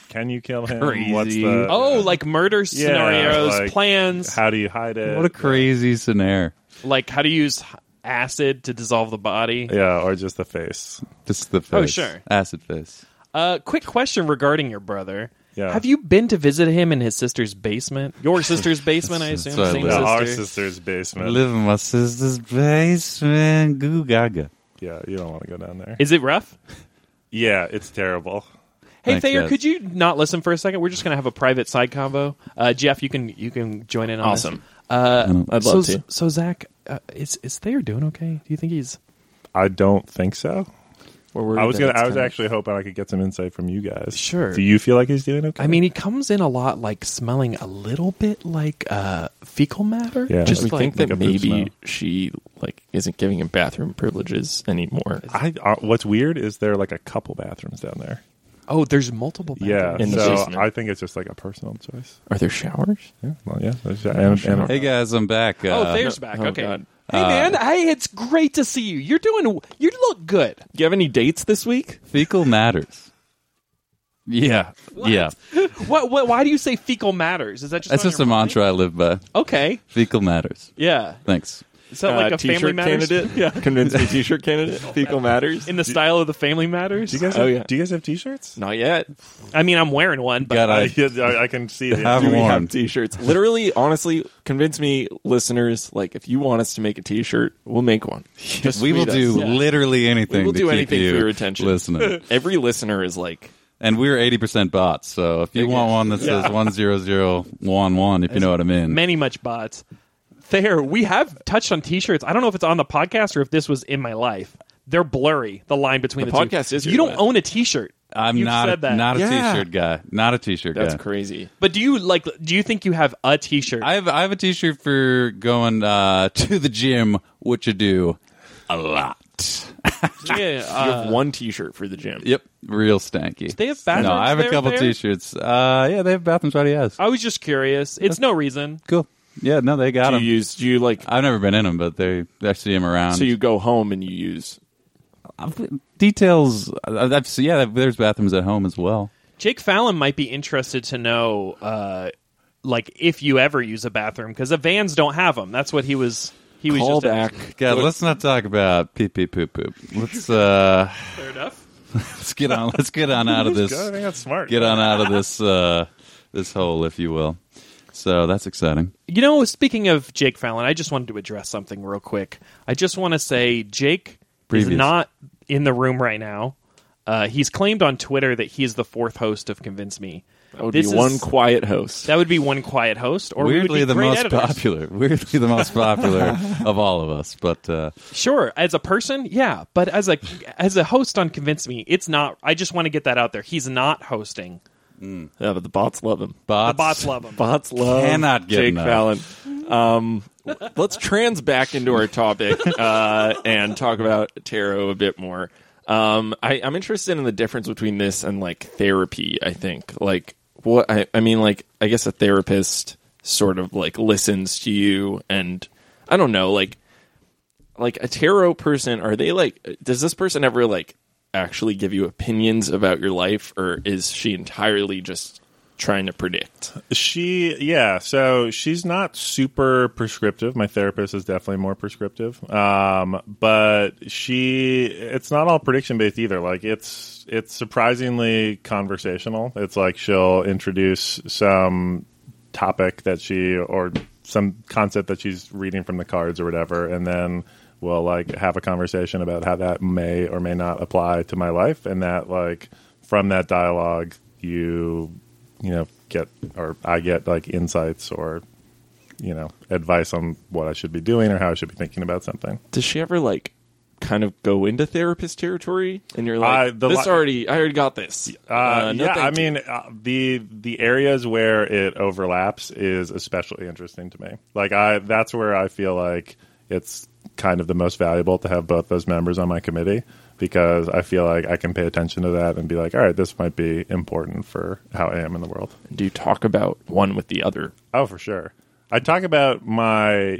Speaker 4: can you kill him? What's
Speaker 2: Crazy.
Speaker 4: the
Speaker 1: Oh, like murder scenarios,
Speaker 4: like-
Speaker 1: plans,
Speaker 4: how do you hide
Speaker 2: [LAUGHS]
Speaker 4: it?
Speaker 2: What a crazy scenario!
Speaker 1: like how to use acid to dissolve the body.
Speaker 4: yeah, or just the face.
Speaker 2: Just the face.
Speaker 1: Oh, sure.
Speaker 2: acid face.
Speaker 1: Uh, quick question regarding your brother.
Speaker 4: Yeah.
Speaker 1: Have you been to visit him in his sister's basement?
Speaker 4: [LAUGHS]
Speaker 1: Your sister's basement, I assume.
Speaker 2: That's what I
Speaker 1: Same
Speaker 2: live-
Speaker 4: No,
Speaker 1: sister.
Speaker 4: our sister's basement.
Speaker 2: Live in my sister's basement. Goo gaga.
Speaker 4: yeah, you don't want to go down there.
Speaker 1: Is it rough?
Speaker 4: yeah, it's terrible.
Speaker 1: Hey
Speaker 2: Thanks,
Speaker 1: Thayer,
Speaker 2: guys.
Speaker 1: could you not listen for a second? We're just gonna have a private side convo. Uh, Jeff, you can you can join in on this.
Speaker 3: Awesome. Mm,
Speaker 1: Uh,
Speaker 2: I'd
Speaker 1: so,
Speaker 3: love to.
Speaker 1: So Zach, uh, is is Thayer doing okay? Do you think he's?
Speaker 4: I don't think so.
Speaker 3: We're worried
Speaker 4: I was
Speaker 3: that
Speaker 4: gonna.
Speaker 3: it's
Speaker 4: I was
Speaker 3: kinda-
Speaker 4: actually hoping I could get some insight from you guys.
Speaker 1: Sure.
Speaker 4: Do you feel like he's doing
Speaker 3: Uh,
Speaker 4: okay?
Speaker 1: I mean, he comes in a lot like smelling a little bit like uh, fecal matter.
Speaker 4: Yeah.
Speaker 1: Just
Speaker 3: we
Speaker 1: like
Speaker 3: think that
Speaker 4: like a poop
Speaker 3: maybe
Speaker 4: smell.
Speaker 3: she like isn't giving him bathroom privileges anymore.
Speaker 4: I, uh, what's weird is there are, like a couple bathrooms down there.
Speaker 1: oh, there's multiple.
Speaker 4: Yeah,
Speaker 1: Bathrooms.
Speaker 3: In the
Speaker 4: so
Speaker 3: basement.
Speaker 4: I think it's just like a personal choice.
Speaker 3: Are there showers?
Speaker 4: Yeah, well, yeah. there's- and- and-
Speaker 2: Hey guys, I'm back.
Speaker 1: Oh,
Speaker 2: Uh,
Speaker 1: Thayer's back.
Speaker 3: oh,
Speaker 1: okay.
Speaker 3: God.
Speaker 1: Hey man, hey, it's great to see you. You're doing. You look good.
Speaker 3: Do you have any dates this week?
Speaker 2: fecal matters. Yeah, yeah.
Speaker 1: What, what? Why do you say fecal matters? Is that just
Speaker 2: That's
Speaker 1: on
Speaker 2: just
Speaker 1: your
Speaker 2: a
Speaker 1: mind?
Speaker 2: mantra I live by.
Speaker 1: Okay.
Speaker 2: Fecal matters.
Speaker 1: Yeah.
Speaker 2: Thanks.
Speaker 1: Is that like
Speaker 3: uh,
Speaker 1: a Family
Speaker 3: t-shirt
Speaker 1: Matters? [LAUGHS]
Speaker 3: candidate. Yeah, convince me t-shirt candidate. Fecal matters.
Speaker 1: in the style of the Family Matters?
Speaker 4: Do you guys?
Speaker 3: Oh,
Speaker 4: Have,
Speaker 3: yeah.
Speaker 4: Do you guys have T-shirts?
Speaker 3: Not yet.
Speaker 1: I mean, I'm wearing one, but
Speaker 2: Got
Speaker 4: I, [LAUGHS]
Speaker 2: I
Speaker 4: I, I can see.
Speaker 2: have
Speaker 4: The,
Speaker 3: Do we
Speaker 2: one.
Speaker 3: have t-shirts? Literally, honestly, convince me, listeners. Like, if you want us to make a t-shirt, we'll make one. Just
Speaker 2: we will
Speaker 3: tweet us.
Speaker 2: do literally anything.
Speaker 3: We will
Speaker 2: to
Speaker 3: do
Speaker 2: keep
Speaker 3: anything
Speaker 2: you
Speaker 3: for your attention. [LAUGHS]
Speaker 2: Listening,
Speaker 3: Every listener is like,
Speaker 2: and we're eighty percent bots. So if you want one that says one zero zero one one, if you know what I mean,
Speaker 1: many much bots. There, we have touched on T-shirts. I don't know if it's on the podcast or if this was in my life. They're blurry. The line between the,
Speaker 3: The
Speaker 1: two.
Speaker 3: podcast is
Speaker 1: You
Speaker 3: your
Speaker 1: don't
Speaker 3: life.
Speaker 1: own a T-shirt.
Speaker 2: I'm
Speaker 1: You've
Speaker 2: not
Speaker 1: said
Speaker 2: a,
Speaker 1: that.
Speaker 2: not a
Speaker 3: Yeah.
Speaker 2: t-shirt guy. Not a t-shirt
Speaker 3: that's
Speaker 2: guy.
Speaker 3: crazy.
Speaker 1: But do you like? Do you think you have a T-shirt?
Speaker 2: I have I have a T-shirt for going uh, [LAUGHS] to the gym. What you do a lot.
Speaker 1: yeah,
Speaker 3: You
Speaker 1: uh,
Speaker 3: have one T-shirt for the gym.
Speaker 2: Yep, real stanky.
Speaker 1: they have bathrooms.
Speaker 2: no, I have a
Speaker 1: there-
Speaker 2: couple
Speaker 1: there? Oh.
Speaker 2: T-shirts. Uh, yeah, they have bathrooms right yes.
Speaker 1: I was just curious. It's no reason.
Speaker 2: Cool. Yeah, no, they got
Speaker 3: Do you
Speaker 2: them.
Speaker 3: use? Do you like?
Speaker 2: I've never been in them, but they I see them around. Uh,
Speaker 3: So you go home and you use.
Speaker 2: details. I- I've seen, yeah, there's bathrooms at home as well.
Speaker 1: Jake Fallon might be interested to know, uh, like, if you ever use a bathroom because the vans don't have them. That's what he was. He was
Speaker 3: Call
Speaker 1: just
Speaker 3: back.
Speaker 2: God, let's not talk about pee pee poop poop. Let's uh, [LAUGHS]
Speaker 1: Fair enough.
Speaker 2: let's get on. Let's get on out of
Speaker 4: I
Speaker 2: this.
Speaker 4: think that's smart.
Speaker 2: Get on out of this uh, this hole, if you will. So that's exciting.
Speaker 1: You know, speaking of Jake Fallon, I just wanted to address something real quick. I just want to say Jake
Speaker 2: Previous.
Speaker 1: is not in the room right now. Uh, he's claimed on Twitter that he's the fourth host of Convince Me.
Speaker 3: That would
Speaker 1: This
Speaker 3: be
Speaker 1: is-
Speaker 3: one quiet host.
Speaker 1: That would be one quiet host, or we would
Speaker 2: Weirdly,
Speaker 1: be
Speaker 2: the
Speaker 1: great
Speaker 2: most
Speaker 1: editors.
Speaker 2: popular. [LAUGHS] Weirdly, the most popular of all of us. But uh,
Speaker 1: Sure, as a person, yeah, but as a as a host on Convince Me, it's not. I just want to get that out there. He's not hosting.
Speaker 3: yeah, but the bots love him.
Speaker 2: bots,
Speaker 1: The bots love him.
Speaker 3: Bots love
Speaker 2: Cannot get
Speaker 3: Jake
Speaker 2: enough.
Speaker 3: Fallon. Um, w- let's trans back into our topic uh, and talk about tarot a bit more. Um, I, I'm interested in the difference between this and like therapy. I think like what I, I mean like I guess a therapist sort of like listens to you and I don't know like like a tarot person are they like does this person ever like actually give you opinions about your life or is she entirely just trying to predict
Speaker 4: She, yeah. So she's not super prescriptive. My therapist is definitely more prescriptive. Um, but she, it's not all prediction based either. Like it's, it's surprisingly conversational. It's like she'll introduce some topic that she or some concept that she's reading from the cards or whatever, and then we'll like have a conversation about how that may or may not apply to my life, and that like from that dialogue you you know get or I get like insights or you know advice on what I should be doing or how I should be thinking about something.
Speaker 3: does she ever like kind of go into therapist territory and you're like
Speaker 4: Uh, the
Speaker 3: this
Speaker 4: li-
Speaker 3: already i already got this
Speaker 4: Uh,
Speaker 3: Uh, no
Speaker 4: yeah, I
Speaker 3: thank you.
Speaker 4: mean uh, the the areas where it overlaps is especially interesting to me. Like I, that's where I feel like it's kind of the most valuable to have both those members on my committee because I feel like I can pay attention to that and be like, all right, this might be important for how I am in the world.
Speaker 3: do you talk about one with the other
Speaker 4: Oh, for sure. I talk about my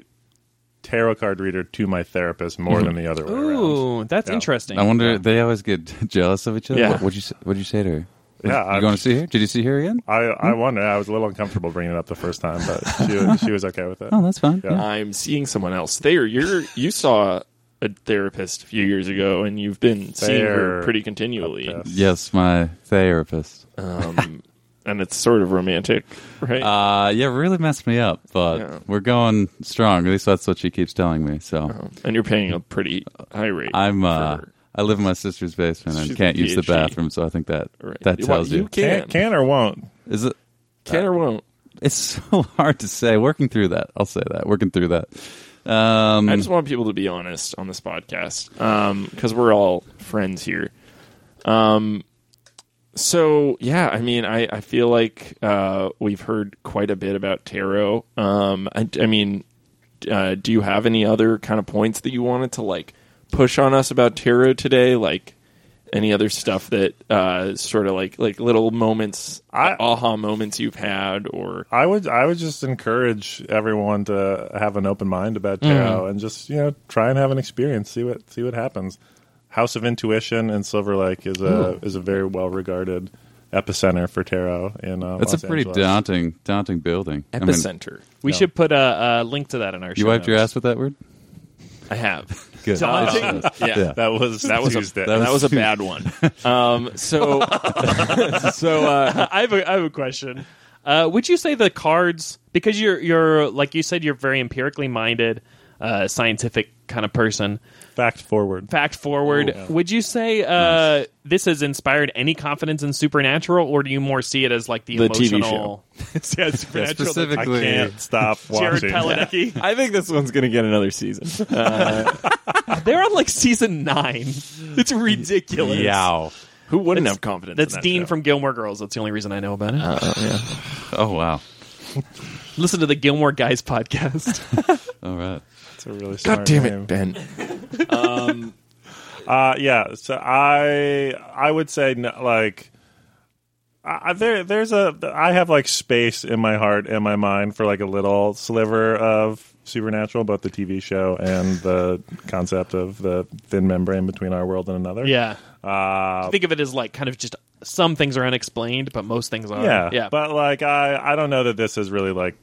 Speaker 4: tarot card reader to my therapist more than the other way around.
Speaker 1: Ooh, that's
Speaker 4: Yeah.
Speaker 1: interesting.
Speaker 2: I wonder. They always get [LAUGHS] jealous of each other.
Speaker 3: Yeah.
Speaker 2: What would you say- What'd you say to her?
Speaker 4: Yeah,
Speaker 2: you
Speaker 4: I'm-
Speaker 2: going to see her? Did you see her again?
Speaker 1: Uh,
Speaker 4: I, I wonder. I was a little uncomfortable bringing it up the first time, but she, was- she was okay with it.
Speaker 2: Oh, that's fine.
Speaker 4: Yeah.
Speaker 2: Yeah.
Speaker 3: i'm seeing someone else there you're you saw a therapist a few years ago and you've been seeing her
Speaker 4: They're
Speaker 3: pretty continually
Speaker 4: Yes.
Speaker 2: Yes, my therapist.
Speaker 3: um, and it's sort of romantic right
Speaker 2: Uh, yeah, really messed me up, but
Speaker 3: Yeah.
Speaker 2: we're going strong. At least that's what she keeps telling me. So
Speaker 3: and you're paying a pretty high rate
Speaker 2: I'm.
Speaker 3: Uh-huh. for
Speaker 2: Uh,
Speaker 3: her.
Speaker 2: I live in my sister's basement and
Speaker 3: She's a
Speaker 2: can't use the
Speaker 3: PhD.
Speaker 2: bathroom, so I think that
Speaker 3: Right.
Speaker 2: that
Speaker 3: Well,
Speaker 2: tells you.
Speaker 3: you
Speaker 4: Can, can or won't?
Speaker 2: Is it?
Speaker 3: can or won't
Speaker 2: It's [LAUGHS] so hard to say. Working through that, I'll say that. Working through that. Um,
Speaker 3: I just want people to be honest on this podcast because we're all friends here. Um, so yeah, I mean, I, I feel like uh, we've heard quite a bit about tarot. Um, I, I mean, uh, do you have any other kind of points that you wanted to like push on us about tarot today? Like any other stuff that uh, sort of like like little moments,
Speaker 4: I-
Speaker 3: aha moments you've had, or
Speaker 4: I would I would just encourage everyone to have an open mind about tarot and just you know try and have an experience, see what see what happens. House of Intuition in Silver Lake is a is a very well regarded epicenter for tarot in uh,
Speaker 2: that's
Speaker 4: Los
Speaker 2: a pretty
Speaker 4: Angeles.
Speaker 2: daunting, daunting building. I mean,
Speaker 3: epicenter.
Speaker 1: we should put a, a link to that in our.
Speaker 2: you
Speaker 1: show
Speaker 2: wiped your
Speaker 1: notes.
Speaker 2: ass with that word?
Speaker 1: I have.
Speaker 2: Good.
Speaker 5: Daunting.
Speaker 3: [LAUGHS]
Speaker 1: Yeah.
Speaker 2: Yeah.
Speaker 4: That was
Speaker 1: That was a-
Speaker 4: Tuesday.
Speaker 2: that
Speaker 1: That was a bad one.
Speaker 5: Um, so,
Speaker 3: [LAUGHS]
Speaker 5: so uh,
Speaker 1: [LAUGHS] I have a, I have a question. Uh, would you say the cards because you're you're like you said you're very empirically minded, uh, scientific kind of person, [LAUGHS]
Speaker 4: fact forward. [LAUGHS]
Speaker 1: fact forward. Would you say uh, this has inspired any confidence in supernatural, or do you more see it as like the,
Speaker 3: The TV
Speaker 1: emotional? TV show. yeah,
Speaker 2: Yeah,
Speaker 1: supernatural.
Speaker 4: I
Speaker 2: specifically,
Speaker 4: can't stop
Speaker 1: Jared
Speaker 4: watching.
Speaker 1: Padalecki.
Speaker 5: I think this one's going to get another season. Uh,
Speaker 1: They're on like season nine. It's ridiculous.
Speaker 2: yow.
Speaker 5: who wouldn't have confidence?
Speaker 1: That's
Speaker 5: in that
Speaker 1: Dean
Speaker 5: show?
Speaker 1: from Gilmore Girls. That's the only reason I know about it.
Speaker 4: Uh.
Speaker 2: Oh wow.
Speaker 1: Listen to the Gilmore Guys
Speaker 4: [LAUGHS]
Speaker 1: podcast.
Speaker 2: All right.
Speaker 4: It's a really smart
Speaker 5: God damn
Speaker 4: name.
Speaker 5: it, Ben.
Speaker 4: Uh, yeah, so I I would say no, like I, I- there there's a I have like space in my heart and my mind for like a little sliver of supernatural, both the TV show and the concept of the thin membrane between our world and another.
Speaker 1: yeah.
Speaker 4: Uh,
Speaker 1: think of it as like kind of just some things are unexplained, but most things are.
Speaker 4: Uh, yeah,
Speaker 1: yeah.
Speaker 4: But like I I don't know that this has really like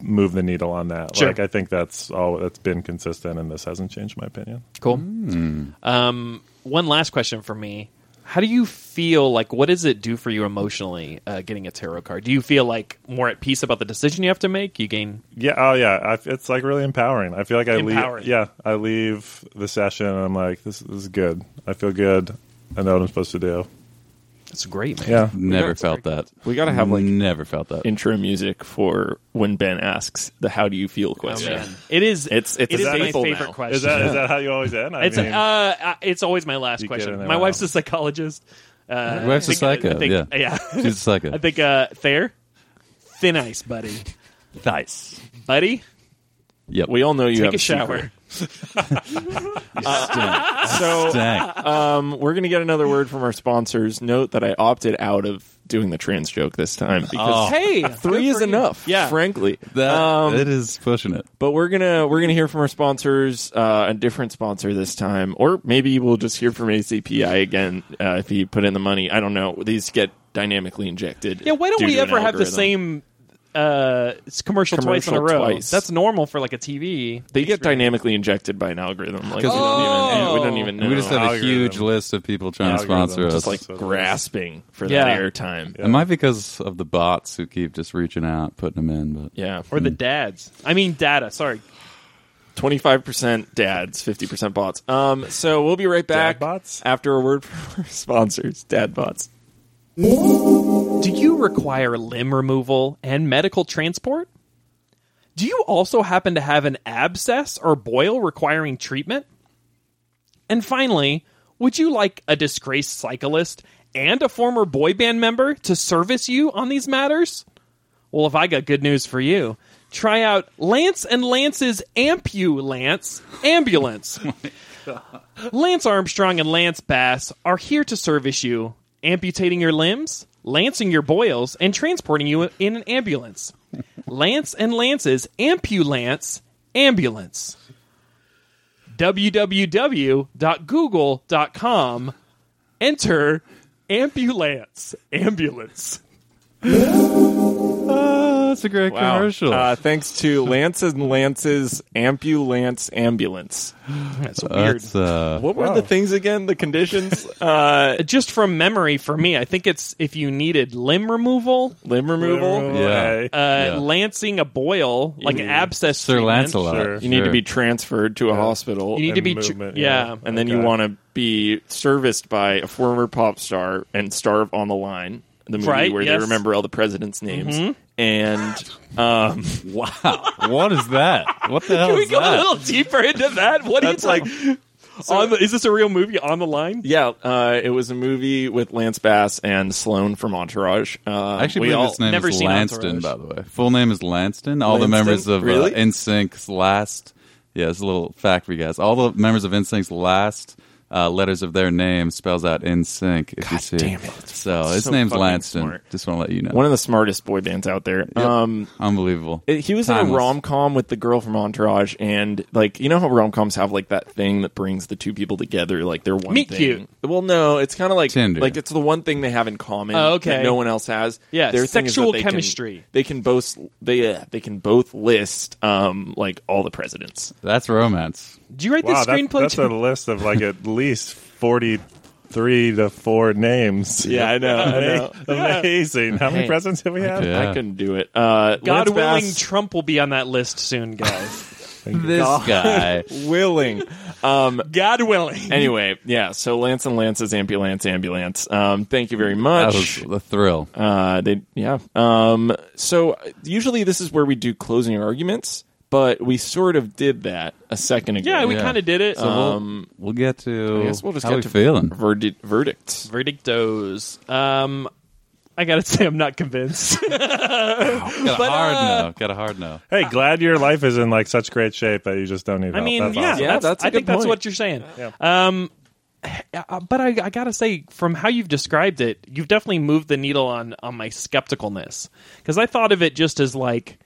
Speaker 4: moved the needle on that.
Speaker 1: Sure.
Speaker 4: Like I think that's all that's been consistent, and this hasn't changed my opinion.
Speaker 1: cool.
Speaker 4: Hmm.
Speaker 1: Um, one last question for me: How do you feel? Like, what does it do for you emotionally? Uh, getting a tarot card, do you feel like more at peace about the decision you have to make? You gain
Speaker 4: Yeah. Oh, yeah. I, it's like really empowering. I feel like I
Speaker 1: Empowering.
Speaker 4: leave. Yeah, I leave the session and I'm like, this, this is good. I feel good. I know what I'm supposed to do.
Speaker 1: it's great, man.
Speaker 4: Yeah.
Speaker 2: Never felt that.
Speaker 5: We got to have like
Speaker 2: Never felt that.
Speaker 3: Intro music for when Ben asks the "How do you feel?"
Speaker 1: Oh,
Speaker 3: question.
Speaker 1: man. It is.
Speaker 3: It's- it's
Speaker 1: it is
Speaker 3: a
Speaker 1: my
Speaker 3: staple
Speaker 1: favorite
Speaker 3: now.
Speaker 1: question.
Speaker 4: Is that is that how you always end? I
Speaker 1: it's
Speaker 4: mean,
Speaker 1: uh, uh, it's always my last
Speaker 4: You get
Speaker 1: question.
Speaker 4: in there,
Speaker 1: My
Speaker 4: wow.
Speaker 1: wife's a psychologist. Uh,
Speaker 2: Your wife's a
Speaker 1: I think- I
Speaker 2: psycho,
Speaker 1: think-
Speaker 2: yeah.
Speaker 1: yeah. [LAUGHS]
Speaker 2: She's like
Speaker 1: I
Speaker 2: a
Speaker 1: think uh, fair, thin ice, buddy,
Speaker 5: nice.
Speaker 1: buddy.
Speaker 2: yep.
Speaker 3: We all know you have
Speaker 1: Take a
Speaker 3: secret.
Speaker 1: shower.
Speaker 3: [LAUGHS]
Speaker 5: So
Speaker 2: Dang.
Speaker 3: Um, we're gonna get another word from our sponsors. Note that I opted out of doing the trans joke this time
Speaker 5: Oh.
Speaker 3: because
Speaker 1: Hey,
Speaker 3: three is enough.
Speaker 1: Yeah.
Speaker 3: frankly.
Speaker 2: That
Speaker 3: um,
Speaker 2: it is pushing it.
Speaker 3: but we're gonna we're gonna hear from our sponsors, uh, a different sponsor this time, or maybe we'll just hear from ACPI again uh, if he put in the money. I don't know. These get dynamically injected.
Speaker 1: Yeah, why don't
Speaker 3: due
Speaker 1: we
Speaker 3: to an
Speaker 1: ever have the
Speaker 3: algorithm.
Speaker 1: same uh, s- commercial, twice in a
Speaker 3: Commercial
Speaker 1: row?
Speaker 3: twice.
Speaker 1: That's normal for like a TV.
Speaker 3: They get dynamically injected by an algorithm. Like we don't, even,
Speaker 1: Oh.
Speaker 3: we don't even know.
Speaker 2: we just have a
Speaker 4: algorithm.
Speaker 2: huge list of people trying to
Speaker 4: Algorithm.
Speaker 2: sponsor us.
Speaker 3: just like
Speaker 4: So there's-
Speaker 3: grasping for that
Speaker 1: Yeah.
Speaker 3: airtime.
Speaker 2: It might be because of the bots who keep just reaching out, putting them in. But
Speaker 3: Yeah.
Speaker 1: Or the dads. I mean, data. Sorry.
Speaker 3: Twenty five percent dads, fifty percent bots. Um, so we'll be right back
Speaker 4: Dad bots?
Speaker 3: after a word from [LAUGHS] our sponsors, dad bots.
Speaker 1: Do you require limb removal and medical transport? Do you also happen to have an abscess or boil requiring treatment? And finally, would you like a disgraced cyclist and a former boy band member to service you on these matters? Well, if I got good news for you, try out Lance and Lance's Ampulance ambulance. Lance Armstrong and Lance Bass are here to service you, amputating your limbs, lancing your boils, and transporting you in an ambulance. Lance and Lance's Ampulance Ambulance. www.google.com. Enter Ambulance Ambulance.
Speaker 2: oh, that's a great commercial.
Speaker 3: Uh, thanks to Lance and Lance's Ambulance Ambulance.
Speaker 1: That's weird.
Speaker 2: that's uh,
Speaker 3: What were the things again? The conditions? Uh,
Speaker 1: Just from memory, for me, I think it's if you needed limb removal,
Speaker 3: limb removal.
Speaker 2: Yeah. Mm-hmm.
Speaker 1: uh, lancing a boil, like an abscess.
Speaker 2: Sir
Speaker 1: treatment.
Speaker 2: Lancelot.
Speaker 4: Sure.
Speaker 3: You need to
Speaker 2: Sure. [LAUGHS]
Speaker 3: be transferred to a hospital.
Speaker 1: You need to
Speaker 4: And
Speaker 1: be, tr-
Speaker 4: movement,
Speaker 1: yeah.
Speaker 4: yeah.
Speaker 3: and then you
Speaker 4: Okay.
Speaker 3: want to be serviced by a former pop star and star of On the Line, the movie
Speaker 1: Right,
Speaker 3: where
Speaker 1: yes.
Speaker 3: they remember all the presidents' names. And um,
Speaker 2: wow. what is that?
Speaker 3: [LAUGHS]
Speaker 2: What the hell
Speaker 1: Can we
Speaker 2: is
Speaker 1: go
Speaker 2: that?
Speaker 1: a little deeper into that? What do you
Speaker 3: That's like-
Speaker 1: like? on the, is this a real movie? On the line?
Speaker 3: yeah, uh, it was a movie with Lance Bass and Sloan from Entourage. Uh,
Speaker 2: I actually
Speaker 3: we
Speaker 2: believe
Speaker 3: all,
Speaker 2: his name
Speaker 1: never
Speaker 2: is
Speaker 1: seen
Speaker 2: Lanston,
Speaker 1: Entourage.
Speaker 2: by the way. Full name is Lanston. All the
Speaker 3: Lanston?
Speaker 2: members of
Speaker 3: Really?
Speaker 2: uh, NSYNC's last. Yeah, it's a little fact for you guys. All the members of NSYNC's last uh, letters of their name spells out in sync. If you see,
Speaker 3: damn it.
Speaker 2: So his
Speaker 3: so
Speaker 2: name's
Speaker 3: fucking
Speaker 2: Lanston.
Speaker 3: smart.
Speaker 2: Just want to let you know.
Speaker 3: One of the smartest boy bands out there. Um,
Speaker 2: Unbelievable.
Speaker 3: it- he was in a
Speaker 2: Timeless.
Speaker 3: rom com with the girl from Entourage, and like you know how rom coms have like that thing that brings the two people together, like they're one
Speaker 1: Meet
Speaker 3: thing.
Speaker 1: cute.
Speaker 3: Well, no, it's kind of like
Speaker 2: Tinder.
Speaker 3: like it's the one thing they have in common.
Speaker 1: Oh, okay.
Speaker 3: that no one else has.
Speaker 1: Yeah,
Speaker 3: Their thing is that
Speaker 1: sexual
Speaker 3: they
Speaker 1: chemistry.
Speaker 3: Can, they can both they uh, they can both list um like all the presidents.
Speaker 2: That's romance.
Speaker 1: Did you write
Speaker 4: Wow,
Speaker 1: this
Speaker 4: that-
Speaker 1: screenplay?
Speaker 4: that's a
Speaker 1: too?
Speaker 4: list of like at least forty-three to four names. [LAUGHS]
Speaker 3: I know. [LAUGHS] I
Speaker 4: Amazing. How many
Speaker 3: Hey.
Speaker 4: presents have we had?
Speaker 2: Yeah.
Speaker 3: I couldn't do it. Uh,
Speaker 1: God
Speaker 3: Lance
Speaker 1: willing,
Speaker 3: Bass-
Speaker 1: Trump will be on that list soon, guys.
Speaker 2: This
Speaker 3: [LAUGHS]
Speaker 2: guy.
Speaker 3: willing.
Speaker 1: God willing.
Speaker 3: Anyway, yeah. So Lance and Lance's ambulance, ambulance. Um, thank you very
Speaker 2: That
Speaker 3: much.
Speaker 2: was the thrill.
Speaker 3: Uh, they yeah. Um, so usually this is where we do closing arguments, but we sort of did that a second ago.
Speaker 1: yeah, we
Speaker 2: Yeah.
Speaker 1: kind of did it.
Speaker 2: So
Speaker 3: Um,
Speaker 2: we'll, we'll get to
Speaker 3: I guess we'll just
Speaker 2: how
Speaker 3: get
Speaker 2: we
Speaker 3: to [LAUGHS]
Speaker 2: feeling.
Speaker 3: verdi- verdicts.
Speaker 1: Verdictos. Um, I gotta [LAUGHS] say, I'm not convinced.
Speaker 2: Got a hard
Speaker 3: uh,
Speaker 2: no. Got a hard no.
Speaker 4: Hey, glad your life is in like such great shape that you just don't need
Speaker 1: I
Speaker 4: help.
Speaker 1: mean,
Speaker 4: That's
Speaker 1: yeah,
Speaker 4: awesome.
Speaker 3: Yeah,
Speaker 1: that's,
Speaker 3: that's a
Speaker 1: I think
Speaker 3: good
Speaker 1: that's
Speaker 3: point.
Speaker 1: what you're saying.
Speaker 4: Yeah.
Speaker 1: Um, uh, but I, I gotta say, from how you've described it, you've definitely moved the needle on on my skepticalness because I thought of it just as like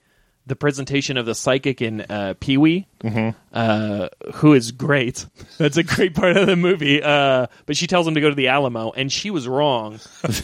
Speaker 1: the presentation of the psychic in uh, Pee Wee,
Speaker 4: Mm-hmm.
Speaker 1: uh, who is great. [LAUGHS] That's a great part of the movie. Uh, but she tells him to go to the Alamo, and she was
Speaker 4: [LAUGHS]
Speaker 1: wrong.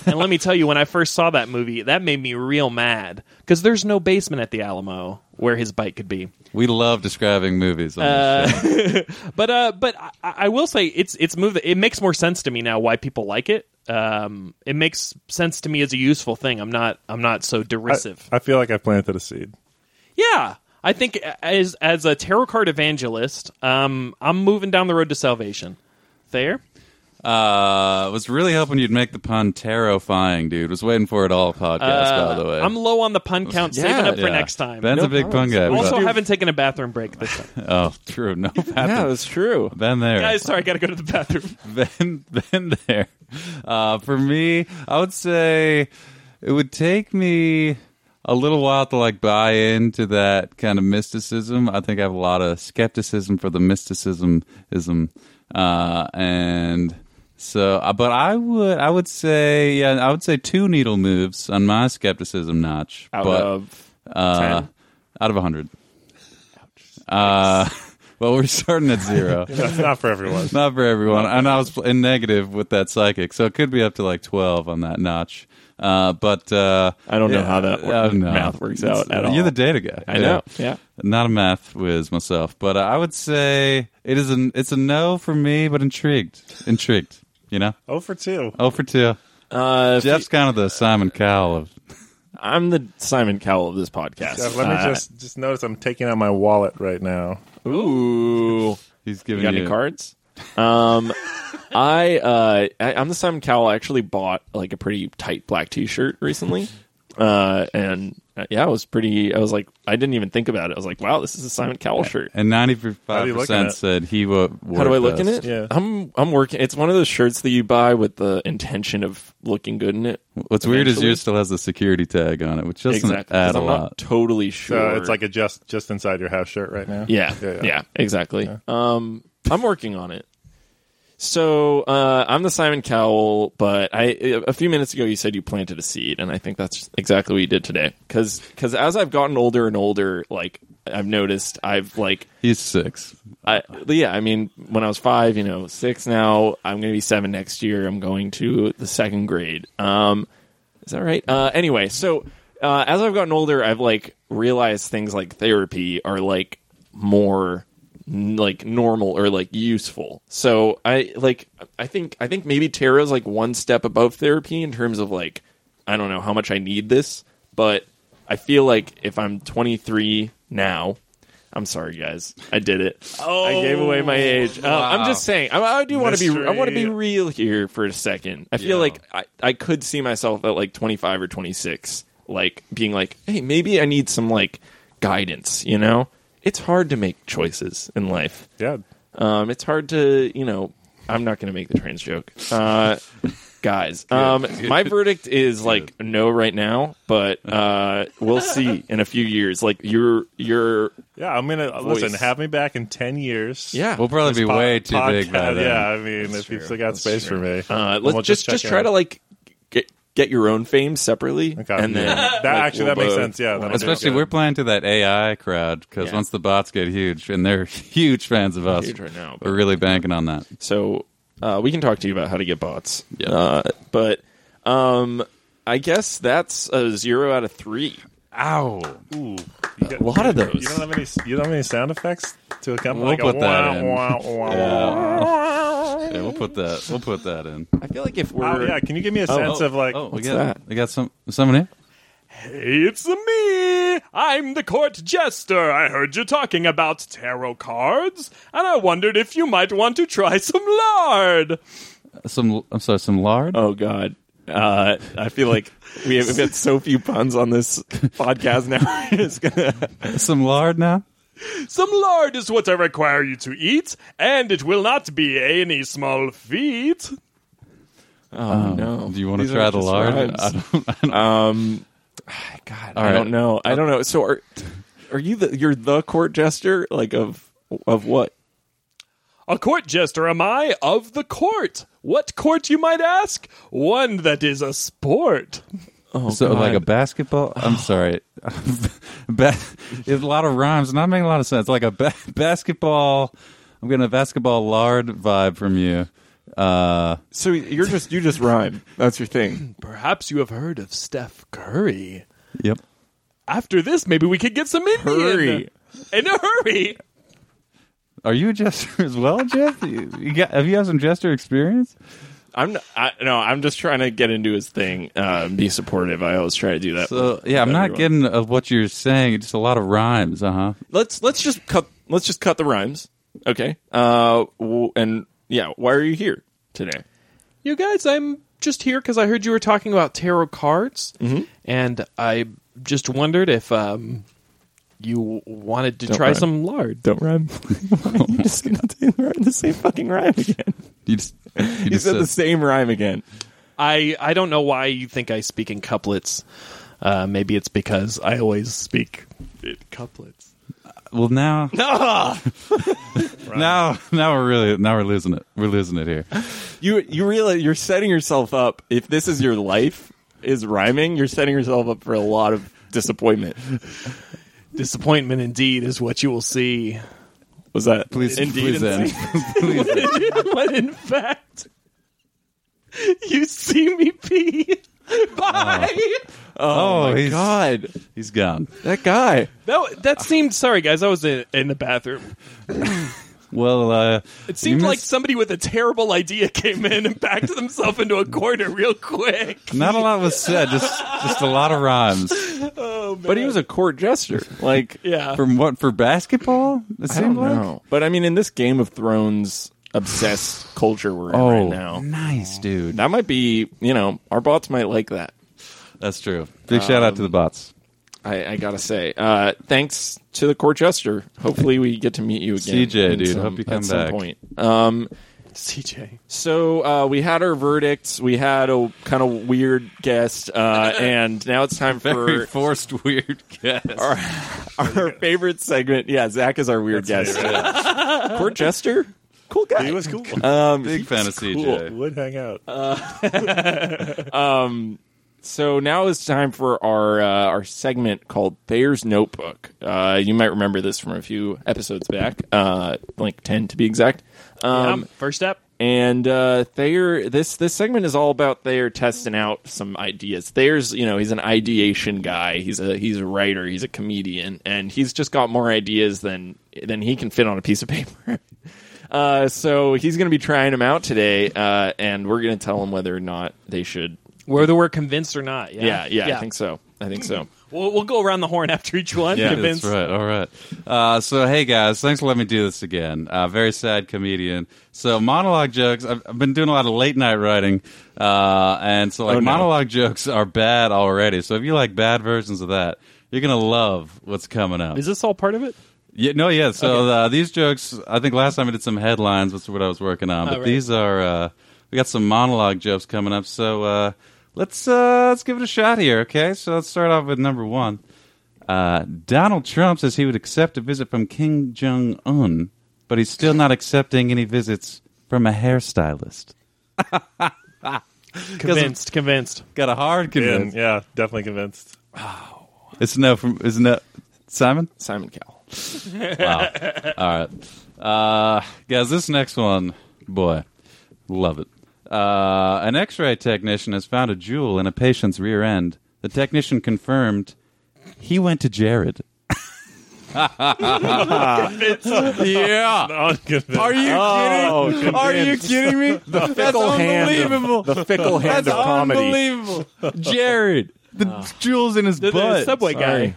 Speaker 1: and let me tell you, when I first saw that movie, that made me real mad because there's no basement at the Alamo where his bike could be.
Speaker 2: We love describing movies on
Speaker 3: Uh,
Speaker 2: this show.
Speaker 1: But uh, but I, I will say it's it's moved. It makes more sense to me now why people like it. Um, it makes sense to me as a useful thing. I'm not I'm not so derisive.
Speaker 4: I feel like I planted a seed. [LAUGHS]
Speaker 1: yeah, I think as as a tarot card evangelist, um, I'm moving down the road to salvation. There,
Speaker 2: Uh, was really hoping you'd make the pun terrifying, dude. Was waiting for it all podcast,
Speaker 3: Uh,
Speaker 2: by the way.
Speaker 1: Uh, I'm low on the pun count.
Speaker 3: Yeah,
Speaker 1: saving up
Speaker 2: Yeah.
Speaker 1: for next time.
Speaker 2: Ben's a big pun guy.
Speaker 1: also,
Speaker 2: but-
Speaker 1: haven't taken a bathroom break this
Speaker 2: [LAUGHS]
Speaker 1: time.
Speaker 2: oh, true. No, [LAUGHS]
Speaker 3: Yeah,
Speaker 2: bathroom.
Speaker 3: that's true.
Speaker 2: Ben there.
Speaker 1: Guys, sorry, I got to go to the bathroom.
Speaker 2: [LAUGHS] been been there. Uh, for me, I would say it would take me a little while to like buy into that kind of mysticism. I think I have a lot of skepticism for the mysticism ism, uh, and so. uh, But I would I would say yeah I would say two needle moves on my skepticism notch.
Speaker 3: Out
Speaker 2: but,
Speaker 3: of
Speaker 2: uh,
Speaker 3: 10?
Speaker 2: out of hundred. Uh, [LAUGHS] well, we're starting at
Speaker 3: [LAUGHS]
Speaker 2: zero.
Speaker 4: That's not for everyone.
Speaker 2: Not for everyone. And I was pl- in negative with that psychic, so it could be up to like twelve on that notch. Uh, but uh,
Speaker 3: I don't know
Speaker 2: yeah,
Speaker 3: how that wor-
Speaker 2: I don't know.
Speaker 3: math works out at all.
Speaker 2: You're the data guy.
Speaker 3: I know. Yeah.
Speaker 2: Not a math whiz myself, but uh, I would say it is an it's a no for me, but intrigued, intrigued. You know,
Speaker 4: Oh for two.
Speaker 2: oh for two.
Speaker 3: Uh, if
Speaker 2: Jeff's kind of the Simon Cowell of
Speaker 3: you- I'm the Simon Cowell of this podcast.
Speaker 4: Jeff, let me
Speaker 3: Uh,
Speaker 4: just just notice I'm taking out my wallet right now.
Speaker 3: Ooh.
Speaker 2: he's giving
Speaker 3: You got any cards? Um, I, uh, I I'm the Simon Cowell. I actually bought like a pretty tight black T-shirt recently, uh, and uh, yeah, I was pretty. I was like, I didn't even think about it. I was like, wow, this is a Simon Cowell shirt.
Speaker 2: And ninety
Speaker 4: How do
Speaker 2: five
Speaker 4: you look in it?
Speaker 2: percent said he would.
Speaker 3: How do I look in it?
Speaker 4: Yeah.
Speaker 3: I'm I'm working. It's one of those shirts that you buy with the intention of looking good in it.
Speaker 2: What's weird is
Speaker 3: Eventually.
Speaker 2: yours still has the security tag on it, which doesn't
Speaker 3: exactly. 'cause
Speaker 2: add a
Speaker 3: I'm
Speaker 2: lot.
Speaker 3: not totally
Speaker 4: So
Speaker 3: sure.
Speaker 4: Uh, it's like a just just inside your house shirt right now.
Speaker 3: Yeah,
Speaker 4: Yeah,
Speaker 3: yeah,
Speaker 4: yeah.
Speaker 3: exactly. Um, I'm working on it. So uh, I'm the Simon Cowell, but I a few minutes ago you said you planted a seed, and I think that's exactly what you did today. Because as I've gotten older and older, like I've noticed, I've like
Speaker 2: He's six.
Speaker 3: I, yeah, I mean, when I was five, you know, six now, I'm going to be seven next year. I'm going to the second grade. Um, is that right? Uh, anyway, so uh, as I've gotten older, I've like realized things like therapy are like more n- like normal or like useful. So I like, I think, I think maybe tarot's like one step above therapy in terms of like, I don't know how much I need this, but I feel like if I'm 23 now, I'm sorry, guys. I did it. Oh, I gave away my age. Uh, I'm just saying. I, I do want to be. I want to be
Speaker 4: Mystery.
Speaker 3: real here for a second. I feel
Speaker 2: Yeah.
Speaker 3: like I, I could see myself at like 25 or 26, like being like, hey, maybe I need some like guidance. You know, it's hard to make choices in life.
Speaker 4: Yeah.
Speaker 3: Um, it's hard to, you know, I'm not going to make the trans joke. Uh, guys. Um, my verdict is like no right now, but uh, we'll see in a few years. Like you're you're
Speaker 4: Yeah, I'm gonna listen. Have me back in ten years.
Speaker 3: [LAUGHS] yeah.
Speaker 2: We'll probably be
Speaker 4: Pod-
Speaker 2: way too big by
Speaker 4: podcast,
Speaker 2: then.
Speaker 4: [LAUGHS] Yeah, I mean, if you've still got space for me,
Speaker 3: uh,
Speaker 4: then
Speaker 3: let's
Speaker 4: we'll
Speaker 3: just just,
Speaker 4: check
Speaker 3: try
Speaker 4: in.
Speaker 3: to like get get your own fame separately,
Speaker 4: Okay.
Speaker 3: and then
Speaker 4: Yeah. that
Speaker 3: like,
Speaker 4: actually
Speaker 3: we'll uh,
Speaker 4: that makes
Speaker 3: both-
Speaker 4: sense. Yeah, that'll do.
Speaker 2: Especially we're playing to that AI crowd because
Speaker 3: Yeah.
Speaker 2: once the bots get huge, and they're [LAUGHS] huge fans of us
Speaker 3: Huge right now, but-
Speaker 2: we're really banking on that.
Speaker 3: So uh, we can talk to you about how to get bots. Uh, but um, I guess that's a zero out of three.
Speaker 2: Ow!
Speaker 4: Ooh, you got-
Speaker 3: A lot of
Speaker 4: You
Speaker 3: those.
Speaker 4: don't have any. You don't have any sound effects to accompany.
Speaker 2: We'll
Speaker 4: like
Speaker 2: put
Speaker 4: a
Speaker 2: that
Speaker 4: wah,
Speaker 2: in.
Speaker 3: [LAUGHS]
Speaker 4: Wah, wah,
Speaker 2: Yeah, we'll put that. We'll put that in.
Speaker 3: I feel like if we're
Speaker 4: wah. Oh, yeah, can you give me a sense
Speaker 2: oh,
Speaker 4: of like?
Speaker 2: oh, we
Speaker 3: what's
Speaker 2: got
Speaker 3: that?
Speaker 2: we got some someone here.
Speaker 1: It's me! I'm the court jester. I heard you talking about tarot cards, and I wondered if you might want to try [LAUGHS] some lard.
Speaker 2: Some I'm sorry, some lard.
Speaker 3: oh god. Uh, I feel like we have, we've got so few puns on
Speaker 4: [LAUGHS]
Speaker 3: this podcast now. it's gonna
Speaker 2: Some lard now.
Speaker 1: [LAUGHS] Some lard is what I require you to eat, and it will not be any small feat.
Speaker 3: oh, no.
Speaker 2: Um, Do you want to
Speaker 3: These
Speaker 2: try
Speaker 3: aren't
Speaker 2: the
Speaker 3: just
Speaker 2: lard?
Speaker 3: rhymes. Um,
Speaker 2: I don't, I don't-
Speaker 3: [SIGHS] God,
Speaker 2: All
Speaker 3: I
Speaker 2: right.
Speaker 3: don't know. I don't know. So are are you the you're the court jester like of of what?
Speaker 1: A court jester am I of the court. What court, you might ask? One that is a sport.
Speaker 3: Oh,
Speaker 2: so like a
Speaker 3: God.
Speaker 2: basketball. I'm sorry. [LAUGHS] ba- [LAUGHS] it's a lot of rhymes, not making a lot of sense. Like a ba- basketball. I'm getting a basketball lard vibe from you. Uh,
Speaker 3: so you're just you just rhyme. That's your thing.
Speaker 1: Perhaps you have heard of Steph Curry.
Speaker 2: yep.
Speaker 1: After this, maybe we could get some Indian.
Speaker 3: Hurry.
Speaker 1: In a hurry.
Speaker 2: Are you a jester [LAUGHS] as well, Jeff? You, you got, have you had some jester experience?
Speaker 3: [CLEARS THROAT] I'm not, I, no, I'm just trying to get into his thing, uh, be supportive. I always try to do that.
Speaker 2: So
Speaker 3: with-
Speaker 2: yeah, I'm
Speaker 3: with
Speaker 2: not
Speaker 3: everyone.
Speaker 2: getting of what you're saying. Just a lot of rhymes, uh huh.
Speaker 3: Let's let's just cut let's just cut the rhymes, okay? Uh, w- and yeah, why are you here today?
Speaker 1: You guys, I'm just here because I heard you were talking about tarot cards,
Speaker 3: Mm-hmm.
Speaker 1: and I just wondered if um, you wanted to try
Speaker 3: mind.
Speaker 1: some lard.
Speaker 3: Don't rhyme. [LAUGHS] I'm just gonna do the, the same fucking rhyme again.
Speaker 2: You just, you
Speaker 3: [LAUGHS] You
Speaker 2: just
Speaker 3: said the
Speaker 2: said-
Speaker 3: same rhyme again.
Speaker 1: I I don't know why you think I speak in couplets. Uh, maybe it's because I always speak in couplets.
Speaker 2: well
Speaker 3: [LAUGHS]
Speaker 2: now,
Speaker 3: Ah!
Speaker 2: now, now we're really now we're losing it. We're losing it
Speaker 3: [LAUGHS]
Speaker 2: here.
Speaker 3: You you realize you're setting yourself up. If this is your life, is rhyming, you're setting yourself up for a lot of disappointment.
Speaker 1: Disappointment indeed is what you will
Speaker 3: [LAUGHS]
Speaker 1: see.
Speaker 3: Was that
Speaker 2: Please,
Speaker 3: indeed
Speaker 2: please
Speaker 3: insane?
Speaker 2: end.
Speaker 3: [LAUGHS]
Speaker 2: please. end.
Speaker 1: [LAUGHS] when in fact you see me pee. [LAUGHS] Bye.
Speaker 2: Oh,
Speaker 3: my
Speaker 2: he's
Speaker 3: God,
Speaker 2: he's gone.
Speaker 3: that guy.
Speaker 1: That that seemed sorry guys. I was in, in the bathroom.
Speaker 2: Well, uh,
Speaker 1: It seemed
Speaker 2: you
Speaker 1: like
Speaker 2: missed-
Speaker 1: somebody with a terrible idea came in and backed themselves into a corner real quick.
Speaker 2: not a lot was said. Just just a lot of rhymes.
Speaker 3: But he was a court jester. Like,
Speaker 1: Yeah.
Speaker 2: From what for basketball? It
Speaker 3: I don't
Speaker 2: seemed like.
Speaker 3: know. But I mean, in this Game of Thrones
Speaker 2: [SIGHS]
Speaker 3: obsessed culture we're in
Speaker 2: Oh,
Speaker 3: right now,
Speaker 2: nice dude.
Speaker 3: that might be, you know, our bots might like that.
Speaker 2: That's true. Big shout out to the
Speaker 3: Um,
Speaker 2: bots.
Speaker 3: I, I gotta say, uh, thanks to the court jester. Hopefully, we get to meet you again,
Speaker 2: CJ,
Speaker 3: in
Speaker 2: dude,
Speaker 3: some-
Speaker 2: hope you come
Speaker 3: at some
Speaker 2: back.
Speaker 3: point. Um,
Speaker 1: CJ.
Speaker 3: so uh, we had our verdicts. We had a kind of weird guest,
Speaker 2: [LAUGHS]
Speaker 3: uh, and now it's time
Speaker 2: Very
Speaker 3: for
Speaker 2: [LAUGHS] forced weird guess.
Speaker 3: our favorite segment. Yeah, Zach is our weird
Speaker 4: That's
Speaker 3: guest. court jester, cool guy.
Speaker 4: He was cool.
Speaker 3: um,
Speaker 2: Big fan of CJ.
Speaker 4: Would hang out.
Speaker 2: Oh,
Speaker 3: So now it's time for our uh, our segment called Thayer's Notebook. Uh, you might remember this from a few episodes back, uh, like ten to be exact. Um,
Speaker 1: first up.
Speaker 3: And uh, Thayer, this this segment is all about Thayer testing out some ideas. Thayer's, you know, he's an ideation guy. He's a he's a writer. He's a comedian, and he's just got more ideas than than he can fit on a piece of paper. [LAUGHS] Uh, so he's going to be trying them out today, uh, and we're going to tell him whether or not they should
Speaker 1: Whether we're convinced or not.
Speaker 3: yeah, yeah, I think so. I think so.
Speaker 1: We'll, we'll go around the horn after each one.
Speaker 2: Yeah,
Speaker 1: convinced.
Speaker 2: That's right. All right. Uh, so, hey guys, thanks for letting me do this again. Uh, very sad comedian. So, monologue jokes. I've, I've been doing a lot of late night writing, uh, and so like
Speaker 3: Oh, no.
Speaker 2: monologue jokes are bad already. So, if you like bad versions of that, you're gonna love what's coming up.
Speaker 1: Is this all part of it?
Speaker 2: Yeah, no, yeah. So uh, these jokes, I think last time I did some headlines, which is what I was working on. But
Speaker 1: right.
Speaker 2: these are uh, we got some monologue jokes coming up. So uh, let's uh, let's give it a shot here, okay? So let's start off with number one. Uh, Donald Trump says he would accept a visit from Kim Jong Un, but he's still not accepting any visits from a hairstylist.
Speaker 1: Convinced, convinced.
Speaker 2: Got a hard
Speaker 4: In,
Speaker 2: convince.
Speaker 4: yeah, definitely convinced. [LAUGHS]
Speaker 2: It's no from it's no Simon.
Speaker 3: Simon Cowell.
Speaker 2: All right. Uh, [SIGHS] guys, this next one, boy, love it. Uh, an x ray technician has found a jewel in a patient's rear end. The technician confirmed he went to Jared. [LAUGHS] yeah.
Speaker 4: Unconvinced.
Speaker 2: Are you
Speaker 3: Oh,
Speaker 2: kidding? Are you kidding me? That's unbelievable.
Speaker 1: [LAUGHS]
Speaker 3: The fickle hand
Speaker 2: That's
Speaker 3: of comedy. Ah.
Speaker 2: unbelievable. Jared. The jewel's in his
Speaker 1: The, the
Speaker 2: butt.
Speaker 1: subway guy.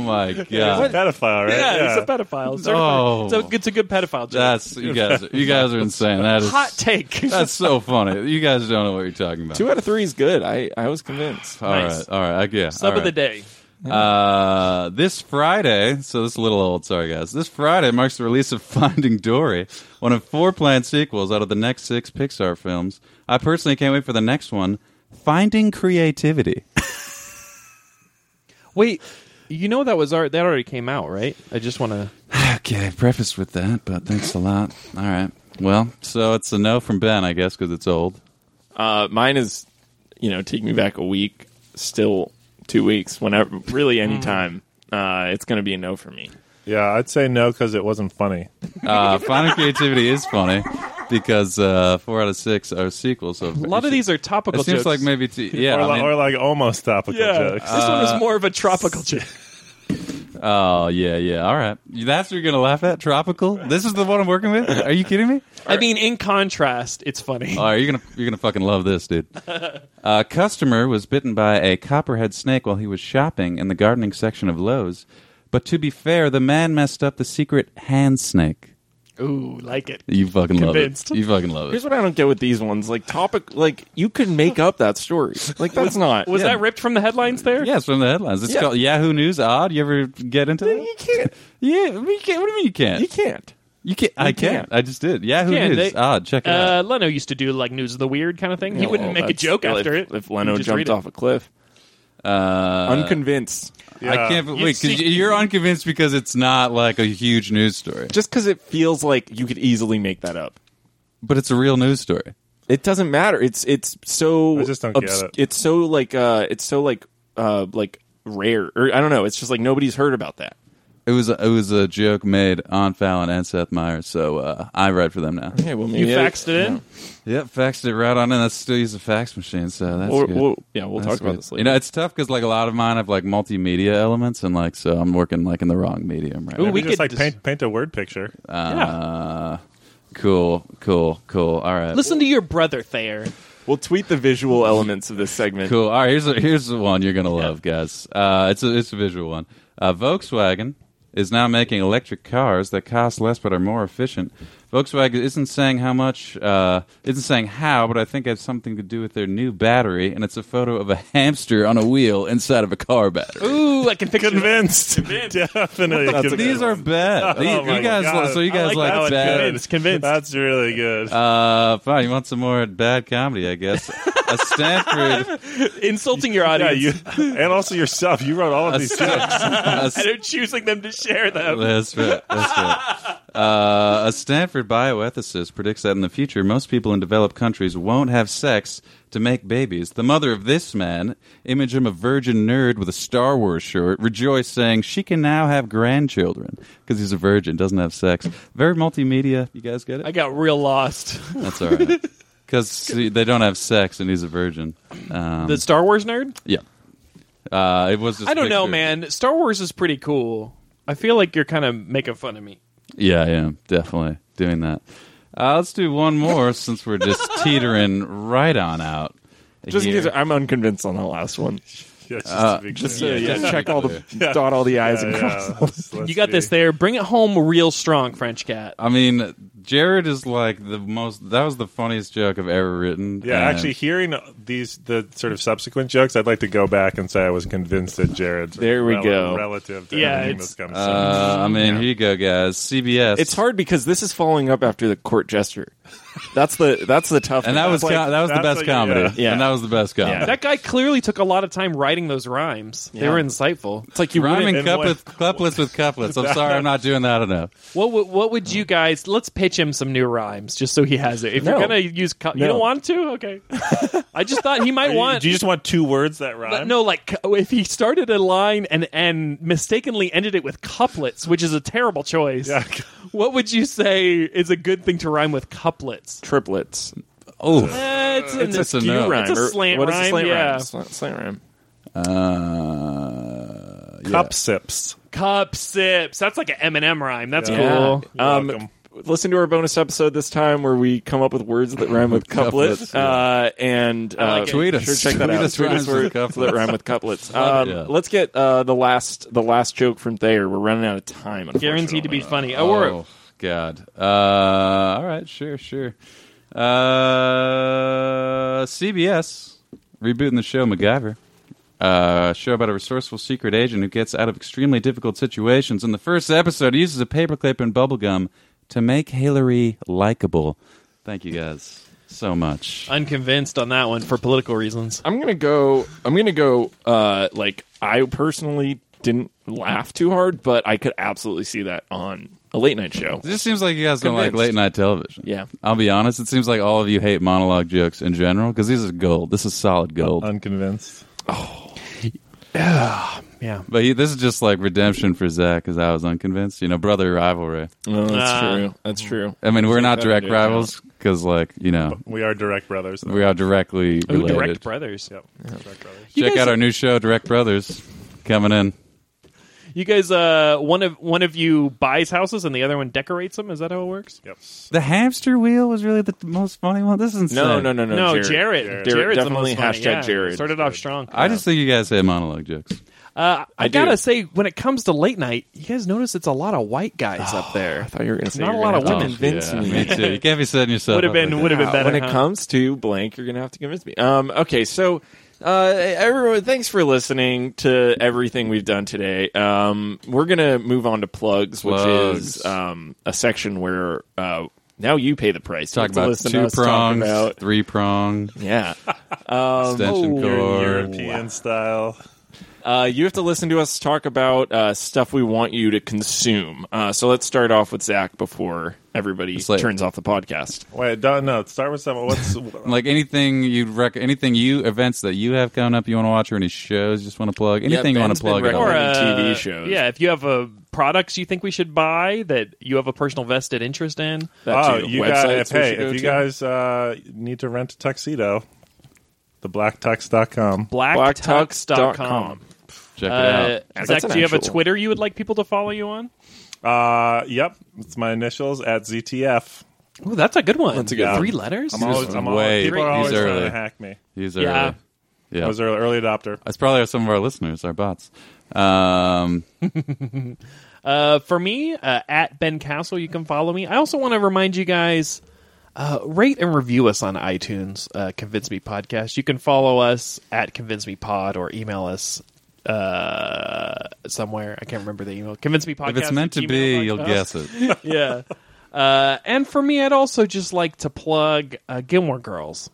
Speaker 1: [LAUGHS]
Speaker 2: my
Speaker 4: He's a
Speaker 2: God.
Speaker 4: pedophile, right?
Speaker 1: Yeah, he's a pedophile. Certified.
Speaker 2: Oh.
Speaker 1: So it's a good pedophile joke.
Speaker 2: That's you guys. You guys are insane. That is
Speaker 1: Hot take.
Speaker 2: That's so funny. You guys don't know what you're talking about.
Speaker 3: Two out of three is good. I, I was convinced.
Speaker 2: All right,
Speaker 1: Nice.
Speaker 2: all right, I
Speaker 1: [LAUGHS]
Speaker 2: guess.
Speaker 1: Sub
Speaker 2: all
Speaker 1: of the day.
Speaker 2: right. Uh, this Friday, so this is a little old, sorry guys. This Friday marks the release of [LAUGHS] Finding Dory, one of four planned sequels out of the next six Pixar films. I personally can't wait for the next one, Finding Creativity.
Speaker 1: Wait, you know that was our, that already came out, right? I just want to.
Speaker 2: [LAUGHS] okay, preface with that, but thanks a lot. All right. Well, so it's a no from Ben, I guess, because it's old.
Speaker 3: Uh, mine is, you know, take me back a week, still two weeks, whenever, really any time. Uh, it's going to be a no for me.
Speaker 4: Yeah, I'd say no because it wasn't funny.
Speaker 2: [LAUGHS] Uh, Finding Creativity is funny because uh, four out of six are sequels. So
Speaker 1: A lot of these are topical
Speaker 2: It seems
Speaker 1: jokes.
Speaker 2: like maybe t- yeah.
Speaker 4: [LAUGHS] or,
Speaker 2: I
Speaker 4: li-
Speaker 2: mean-
Speaker 4: or like almost topical
Speaker 1: yeah,
Speaker 4: jokes.
Speaker 1: this one
Speaker 2: Uh,
Speaker 1: was more of a tropical joke.
Speaker 2: Oh yeah, yeah. All right, that's what you're gonna laugh at. Tropical. This is the one I'm working with. Are you kidding me?
Speaker 1: I mean, in contrast, it's funny.
Speaker 2: [LAUGHS] All right, you're gonna you're gonna fucking love this, dude. A customer was bitten by a copperhead snake while he was shopping in the gardening section of Lowe's. But to be fair, the man messed up the secret hand snake.
Speaker 1: [LAUGHS] Ooh, like it.
Speaker 2: You fucking
Speaker 1: Convinced.
Speaker 2: love it. You fucking love
Speaker 3: Here's
Speaker 2: it.
Speaker 3: what I don't get with these ones. Like topic, like you could make up that story. Like that's not.
Speaker 1: Was that ripped from the headlines there?
Speaker 2: Yeah, it's from the headlines. It's
Speaker 3: Yeah.
Speaker 2: called Yahoo News Odd. You ever get into that?
Speaker 3: You can't.
Speaker 2: [LAUGHS] Yeah, but you can't. What do you mean you can't?
Speaker 3: You can't.
Speaker 2: You can't. I can't.
Speaker 3: can't.
Speaker 2: I just did. Yahoo
Speaker 1: Yeah,
Speaker 2: News
Speaker 1: they-
Speaker 2: Odd. Check it out.
Speaker 1: Uh, Leno used to do like news of the weird kind of thing. he
Speaker 3: Yeah,
Speaker 1: wouldn't
Speaker 3: well,
Speaker 1: make a
Speaker 3: Oh, that's-
Speaker 1: joke
Speaker 3: well,
Speaker 1: after
Speaker 3: if,
Speaker 1: it.
Speaker 3: If Leno
Speaker 1: He'd just read it.
Speaker 3: jumped off a cliff,
Speaker 2: Uh,
Speaker 3: unconvinced.
Speaker 2: I
Speaker 4: Yeah.
Speaker 2: can't believe
Speaker 1: You
Speaker 2: wait, 'cause
Speaker 1: see-
Speaker 2: you're unconvinced because it's not like a huge news story,
Speaker 3: Just because it feels like you could easily make that up.
Speaker 2: but it's a real news story.
Speaker 3: It doesn't matter. It's it's so
Speaker 4: I just don't get it.
Speaker 3: It's so like uh, it's so like uh, like rare. Or I don't know. It's just like nobody's heard about that.
Speaker 2: It was a, it was a joke made on Fallon and Seth Meyers, so uh, I write for them now.
Speaker 3: Okay, well
Speaker 1: You
Speaker 3: maybe I-
Speaker 1: faxed it in.
Speaker 2: Yep, faxed it right on, and I still use a fax machine, so that's
Speaker 3: Or,
Speaker 2: good.
Speaker 3: we'll, yeah, we'll
Speaker 2: That's
Speaker 3: talk about
Speaker 2: good.
Speaker 3: this
Speaker 2: You
Speaker 3: later.
Speaker 2: know, it's tough because like a lot of mine have like multimedia elements, and like so I'm working like in the wrong medium right
Speaker 1: Ooh,
Speaker 2: now.
Speaker 4: Maybe
Speaker 1: we
Speaker 4: just
Speaker 1: could
Speaker 4: like
Speaker 1: just-
Speaker 4: paint paint a word picture.
Speaker 2: Uh, cool, cool, cool. All right,
Speaker 1: Listen to your brother, Thayer.
Speaker 3: we'll tweet the visual elements of this segment.
Speaker 2: Cool. All right, here's a, here's the one you're gonna love, guys. Uh, it's a it's a visual one. Uh, Volkswagen is now making electric cars that cost less but are more efficient. Volkswagen isn't saying how much, uh, isn't saying how, but I think it has something to do with their new battery, and it's a photo of a hamster on a wheel inside of a car battery.
Speaker 1: Ooh, I can picture
Speaker 4: Convinced. Definitely convinced.
Speaker 2: These are bad. These-
Speaker 4: [LAUGHS] Oh my
Speaker 2: you guys,
Speaker 4: God.
Speaker 2: so you
Speaker 4: I
Speaker 2: guys
Speaker 1: like that one.
Speaker 2: bad.
Speaker 1: Convinced, convinced.
Speaker 4: That's really good.
Speaker 2: Uh, fine. You want some more bad comedy? I guess. a
Speaker 4: [LAUGHS]
Speaker 2: Stanford.
Speaker 1: [LAUGHS] insulting your
Speaker 4: yeah,
Speaker 1: audience
Speaker 4: you, [LAUGHS] and also yourself. You wrote all of these jokes.
Speaker 2: a
Speaker 1: and are choosing them to share them.
Speaker 2: That's right. That's right. Uh, a Stanford bioethicist predicts that in the future, most people in developed countries won't have sex to make babies. The mother of this man, image him a virgin nerd with a Star Wars shirt, rejoiced, saying she can now have grandchildren because he's a virgin, doesn't have sex. Very multimedia. You guys get it?
Speaker 1: I got real lost.
Speaker 2: That's all
Speaker 1: [LAUGHS]
Speaker 2: right. Because they don't have sex and he's a virgin. Um,
Speaker 1: The Star Wars nerd?
Speaker 2: yeah. Uh, it was. Just
Speaker 1: I don't know,
Speaker 2: picture-
Speaker 1: man. Star Wars is pretty cool. I feel like you're kind of making fun of me.
Speaker 2: Yeah, I am definitely doing that. Uh, let's do one more since we're
Speaker 3: [LAUGHS]
Speaker 2: just teetering right on out.
Speaker 3: Just in
Speaker 2: here.
Speaker 3: case I'm unconvinced on the last one.
Speaker 4: Yeah, just to be
Speaker 3: Just
Speaker 4: clear.
Speaker 3: so, yeah,
Speaker 2: yeah.
Speaker 3: check all the dot all the i's and cross.
Speaker 4: Yeah, let's- let's
Speaker 1: You got
Speaker 4: see.
Speaker 1: this there. Bring it home real strong, French cat.
Speaker 2: I mean, Jared is like the most. That was the funniest joke I've ever written.
Speaker 4: Yeah,
Speaker 2: and-
Speaker 4: actually, hearing these the sort of subsequent jokes, I'd like to go back and say I was convinced that Jared's
Speaker 3: There we
Speaker 4: rel-
Speaker 3: go.
Speaker 4: relative to
Speaker 1: Yeah,
Speaker 4: everything
Speaker 1: it's-
Speaker 4: that's come.
Speaker 2: Uh, I uh, mean, here you go, guys. CBS.
Speaker 3: It's hard because this is following up after the court jester. That's the that's the tough.
Speaker 2: And that was
Speaker 4: like-
Speaker 2: co- that was the
Speaker 4: that's
Speaker 2: best
Speaker 4: like-
Speaker 2: comedy.
Speaker 4: yeah.
Speaker 3: Yeah.
Speaker 2: And that was the best comedy.
Speaker 3: Yeah.
Speaker 1: That guy clearly took a lot of time writing those rhymes. They
Speaker 3: Yeah.
Speaker 1: were insightful.
Speaker 3: it's like you wouldn't-
Speaker 2: Rhyming
Speaker 4: And
Speaker 2: couplets,
Speaker 4: what-
Speaker 2: couplets with couplets. I'm sorry, I'm not doing that enough.
Speaker 1: What would what would you guys? Let's pitch him some new rhymes just so he has it. If
Speaker 3: No.
Speaker 1: you're gonna use, co- you
Speaker 3: No.
Speaker 1: don't want to.
Speaker 4: [LAUGHS]
Speaker 1: Okay, I just thought he might want.
Speaker 4: Do you just want two words that rhyme?
Speaker 1: But no, like co- if he started a line and and mistakenly ended it with couplets, which is a terrible choice.
Speaker 4: [LAUGHS] Yeah.
Speaker 1: What would you say is a good thing to rhyme with couplets?
Speaker 3: triplets.
Speaker 2: Oh,
Speaker 1: Uh, it's, an-
Speaker 2: It's a
Speaker 3: skew
Speaker 2: no.
Speaker 3: rhyme.
Speaker 1: It's a
Speaker 3: or-
Speaker 1: slant
Speaker 3: what is
Speaker 1: rhyme,
Speaker 3: a slant
Speaker 1: yeah.
Speaker 3: rhyme? Slant, slant rhyme.
Speaker 2: uh, yeah.
Speaker 4: Cup sips.
Speaker 1: cup sips. That's like an Eminem rhyme. That's
Speaker 4: Yeah.
Speaker 1: cool.
Speaker 4: You're
Speaker 3: Um,
Speaker 4: welcome.
Speaker 3: listen to our bonus episode this time where we come up with words that
Speaker 1: [LAUGHS]
Speaker 3: rhyme with couplets.
Speaker 2: Couplets, yeah.
Speaker 3: Uh, and uh,
Speaker 1: like it.
Speaker 2: Tweet
Speaker 3: sure,
Speaker 2: us.
Speaker 3: check that
Speaker 2: Tweet
Speaker 3: out.
Speaker 2: us rhymes with
Speaker 3: words that
Speaker 2: couplets.
Speaker 3: rhyme
Speaker 2: [LAUGHS]
Speaker 3: with couplets. Um,
Speaker 2: Yeah.
Speaker 3: Let's get uh, the last the last joke from Thayer. We're running out of time.
Speaker 1: Guaranteed to be
Speaker 3: unfortunately.
Speaker 1: funny. Oh, or
Speaker 2: Oh, God. Uh, all right, sure, sure. Uh, CBS rebooting the show MacGyver. Uh, show about a resourceful secret agent who gets out of extremely difficult situations. In the first episode, he uses a paperclip and bubblegum to make Hillary likable. Thank you guys so much.
Speaker 1: unconvinced on that one for political reasons.
Speaker 3: I'm gonna go. I'm gonna go. Uh, like I personally didn't laugh too hard, but I could absolutely see that on a late night show.
Speaker 2: It just seems like you guys don't like
Speaker 3: Convinced.
Speaker 2: late night television.
Speaker 3: Yeah.
Speaker 2: I'll be honest. It seems like all of you hate monologue jokes in general because these is gold. This is solid gold.
Speaker 4: Unconvinced.
Speaker 1: Yeah.
Speaker 2: But he, this is just like redemption for Zach because I was unconvinced. You know, brother rivalry.
Speaker 3: No, that's
Speaker 1: Uh,
Speaker 3: true. That's true.
Speaker 2: I mean, we're not
Speaker 3: that
Speaker 2: direct
Speaker 3: would do it,
Speaker 2: rivals because, like, you know,
Speaker 4: We are direct brothers.
Speaker 2: we are directly
Speaker 1: Ooh,
Speaker 2: related.
Speaker 1: direct brothers.
Speaker 4: Yep. Direct brothers.
Speaker 1: You
Speaker 2: Check
Speaker 1: guys-
Speaker 2: out our new show, Direct Brothers, coming in.
Speaker 1: You guys, uh, one of one of you buys houses and the other one decorates them. Is that how it works?
Speaker 4: Yep.
Speaker 2: The hamster wheel was really the most funny one. This is insane.
Speaker 3: No, no, no, no.
Speaker 1: No,
Speaker 3: Uh, Jared.
Speaker 1: Jared.
Speaker 4: Jared.
Speaker 1: Jared's
Speaker 3: Definitely
Speaker 1: the most funny,
Speaker 3: hashtag
Speaker 1: yeah.
Speaker 3: Jared.
Speaker 1: Started off strong.
Speaker 2: I just think you guys hate monologue jokes.
Speaker 1: Uh, I,
Speaker 3: I do.
Speaker 1: gotta say, when it comes to late night, you guys notice it's a lot of white guys
Speaker 3: [SIGHS]
Speaker 1: up there.
Speaker 3: I thought you were going to say
Speaker 1: Not
Speaker 3: you're
Speaker 1: a lot
Speaker 3: gonna
Speaker 1: of
Speaker 3: have to
Speaker 1: women.
Speaker 3: Convince
Speaker 2: Oh, yeah,
Speaker 3: me.
Speaker 2: me too. You can't be setting yourself
Speaker 1: Would have
Speaker 2: up
Speaker 1: been
Speaker 2: like
Speaker 1: would have been
Speaker 3: Wow,
Speaker 1: better
Speaker 3: when
Speaker 1: huh?
Speaker 3: it comes to blank. You're going to have to convince me. Um, okay, so uh, everyone, thanks for listening to everything we've done today. Um, we're going to move on to plugs, which
Speaker 2: Plugs.
Speaker 3: is um, a section where uh, now you pay the price. You
Speaker 2: Talk
Speaker 3: have to
Speaker 2: about
Speaker 3: listen to
Speaker 2: two
Speaker 3: us talk
Speaker 2: prongs,
Speaker 3: about- Um, oh,
Speaker 2: three prong, [LAUGHS]
Speaker 3: yeah.
Speaker 2: extension cord.
Speaker 4: European style.
Speaker 3: Uh, you have to listen to us talk about uh, stuff we want you to consume. Uh, so let's start off with Zach before everybody
Speaker 2: like-
Speaker 3: turns off the podcast.
Speaker 4: Wait, don't, no. Start with something. [LAUGHS] What's
Speaker 2: Like anything you'd rec- anything you events that you have coming up, you want to watch or any shows, you just want to plug anything you want
Speaker 3: Ben's
Speaker 2: to
Speaker 3: been
Speaker 2: plug. at all.
Speaker 1: or
Speaker 3: Or, uh,
Speaker 1: uh,
Speaker 3: TV shows.
Speaker 1: Yeah, if you have uh, products you think we should buy that you have a personal vested interest in,
Speaker 3: That
Speaker 4: oh,
Speaker 3: too.
Speaker 4: you
Speaker 3: Websites
Speaker 4: guys,
Speaker 3: we
Speaker 4: if, hey,
Speaker 3: should go
Speaker 4: if you
Speaker 3: to.
Speaker 4: guys uh, need to rent a tuxedo,
Speaker 1: blacktux.com.
Speaker 4: thebblacktux.com.
Speaker 3: blacktux.com.
Speaker 2: Check it
Speaker 1: Uh,
Speaker 2: out.
Speaker 3: That's
Speaker 1: Zach,
Speaker 3: an
Speaker 1: do you have a
Speaker 3: actual-
Speaker 1: Twitter you would like people to follow you on?
Speaker 4: Uh, yep, it's my initials at ZTF.
Speaker 1: Oh, that's a good one. That's
Speaker 3: a good one.
Speaker 1: Three letters.
Speaker 4: I'm always, I'm
Speaker 2: way-
Speaker 4: always, people are
Speaker 2: he's
Speaker 4: always trying
Speaker 2: early.
Speaker 4: to hack me.
Speaker 2: These are
Speaker 1: Yeah.
Speaker 2: yeah.
Speaker 4: I was an early adopter.
Speaker 2: That's probably some of our listeners, our bots. Um,
Speaker 1: Uh, for me, uh, at Ben Castle, you can follow me. I also want to remind you guys uh, rate and review us on iTunes, uh, Convince Me Podcast. You can follow us at Convince Me Pod or email us uh, somewhere. I can't remember the email. Convince Me Podcast.
Speaker 2: if it's meant
Speaker 1: at
Speaker 2: to be,
Speaker 1: gmail.com.
Speaker 2: you'll guess it.
Speaker 1: [LAUGHS] yeah. Uh, and for me, I'd also just like to plug uh, Gilmore Girls.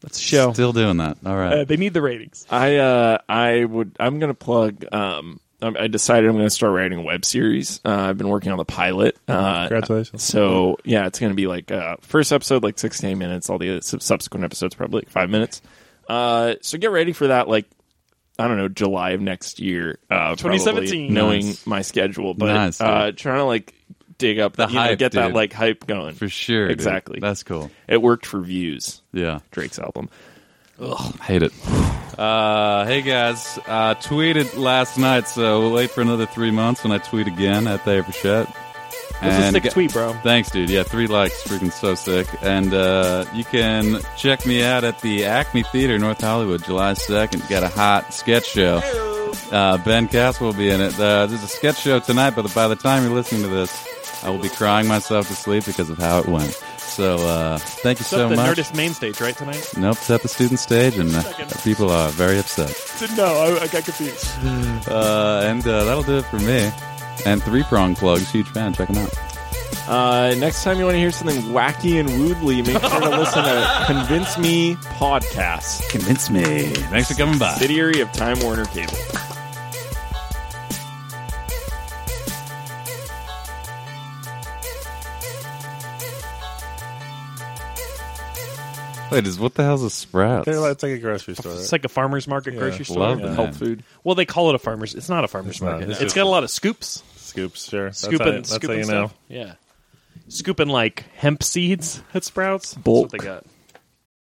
Speaker 1: That's a show.
Speaker 2: Still doing that. All
Speaker 1: uh,
Speaker 2: right.
Speaker 1: they need the ratings.
Speaker 3: I uh, I would. I'm gonna plug. Um, I I decided I'm gonna start writing a web series. Uh, I've been working on the pilot. Uh,
Speaker 4: Congratulations.
Speaker 3: So yeah, it's gonna be like uh, first episode like six to eight minutes. All the other sub- subsequent episodes probably like five minutes. Uh, so get ready for that. Like I don't know, July of next year, uh, probably,
Speaker 1: 2017.
Speaker 3: Knowing
Speaker 2: Nice.
Speaker 3: my schedule, but
Speaker 2: Nice, dude.
Speaker 3: uh, trying to like dig up
Speaker 2: The
Speaker 3: you know,
Speaker 2: hype,
Speaker 3: get that
Speaker 2: dude.
Speaker 3: like hype going
Speaker 2: For sure. dude.
Speaker 3: Exactly.
Speaker 2: That's cool.
Speaker 3: It worked for views.
Speaker 2: Yeah.
Speaker 3: Drake's album.
Speaker 2: Hate it. Uh, hey guys, uh, tweeted last night, so we'll wait for another three months when I tweet again at They Ever Shut.
Speaker 1: This is a
Speaker 2: And
Speaker 1: sick
Speaker 2: ga-
Speaker 1: tweet, bro.
Speaker 2: Thanks, dude. Yeah, three likes. Freaking so sick. And uh, you can check me out at the Acme Theater, North Hollywood, July 2nd. Got a hot sketch show. Uh, ben Cass will be in it. Uh, there's a sketch show tonight, but by the time you're listening to this, I will be crying myself to sleep because of how it went. So uh, thank you
Speaker 1: It's up
Speaker 2: so
Speaker 1: the
Speaker 2: much.
Speaker 1: Nerdist main stage, right, tonight?
Speaker 2: Nope, it's at the student stage, and uh, people are very upset.
Speaker 1: No, I, I got confused.
Speaker 2: Uh, and uh, that'll do it for me. And three prong plugs, huge fan. Check them out.
Speaker 3: Uh, next time you want to hear something wacky and woodly, make sure to listen [LAUGHS] to Convince Me Podcast,
Speaker 2: Convince me. Thanks for coming by.
Speaker 3: subsidiary of Time Warner Cable.
Speaker 2: Wait, is what the hell's a sprout?
Speaker 4: They're like, it's like a grocery store.
Speaker 1: It's like a farmer's market grocery store.
Speaker 2: Love
Speaker 4: Yeah.
Speaker 2: that.
Speaker 3: Help food.
Speaker 1: Well, they call it a farmer's. It's not a farmer's
Speaker 4: not.
Speaker 1: market.
Speaker 4: It's
Speaker 1: it's
Speaker 4: just-
Speaker 1: got a lot of scoops,
Speaker 4: Scoops, sure. That's how,
Speaker 1: scooping,
Speaker 4: that's how
Speaker 1: scooping
Speaker 4: you know.
Speaker 1: stuff. Yeah, scooping like hemp seeds at Sprouts.
Speaker 3: Bulk.
Speaker 1: That's what they got.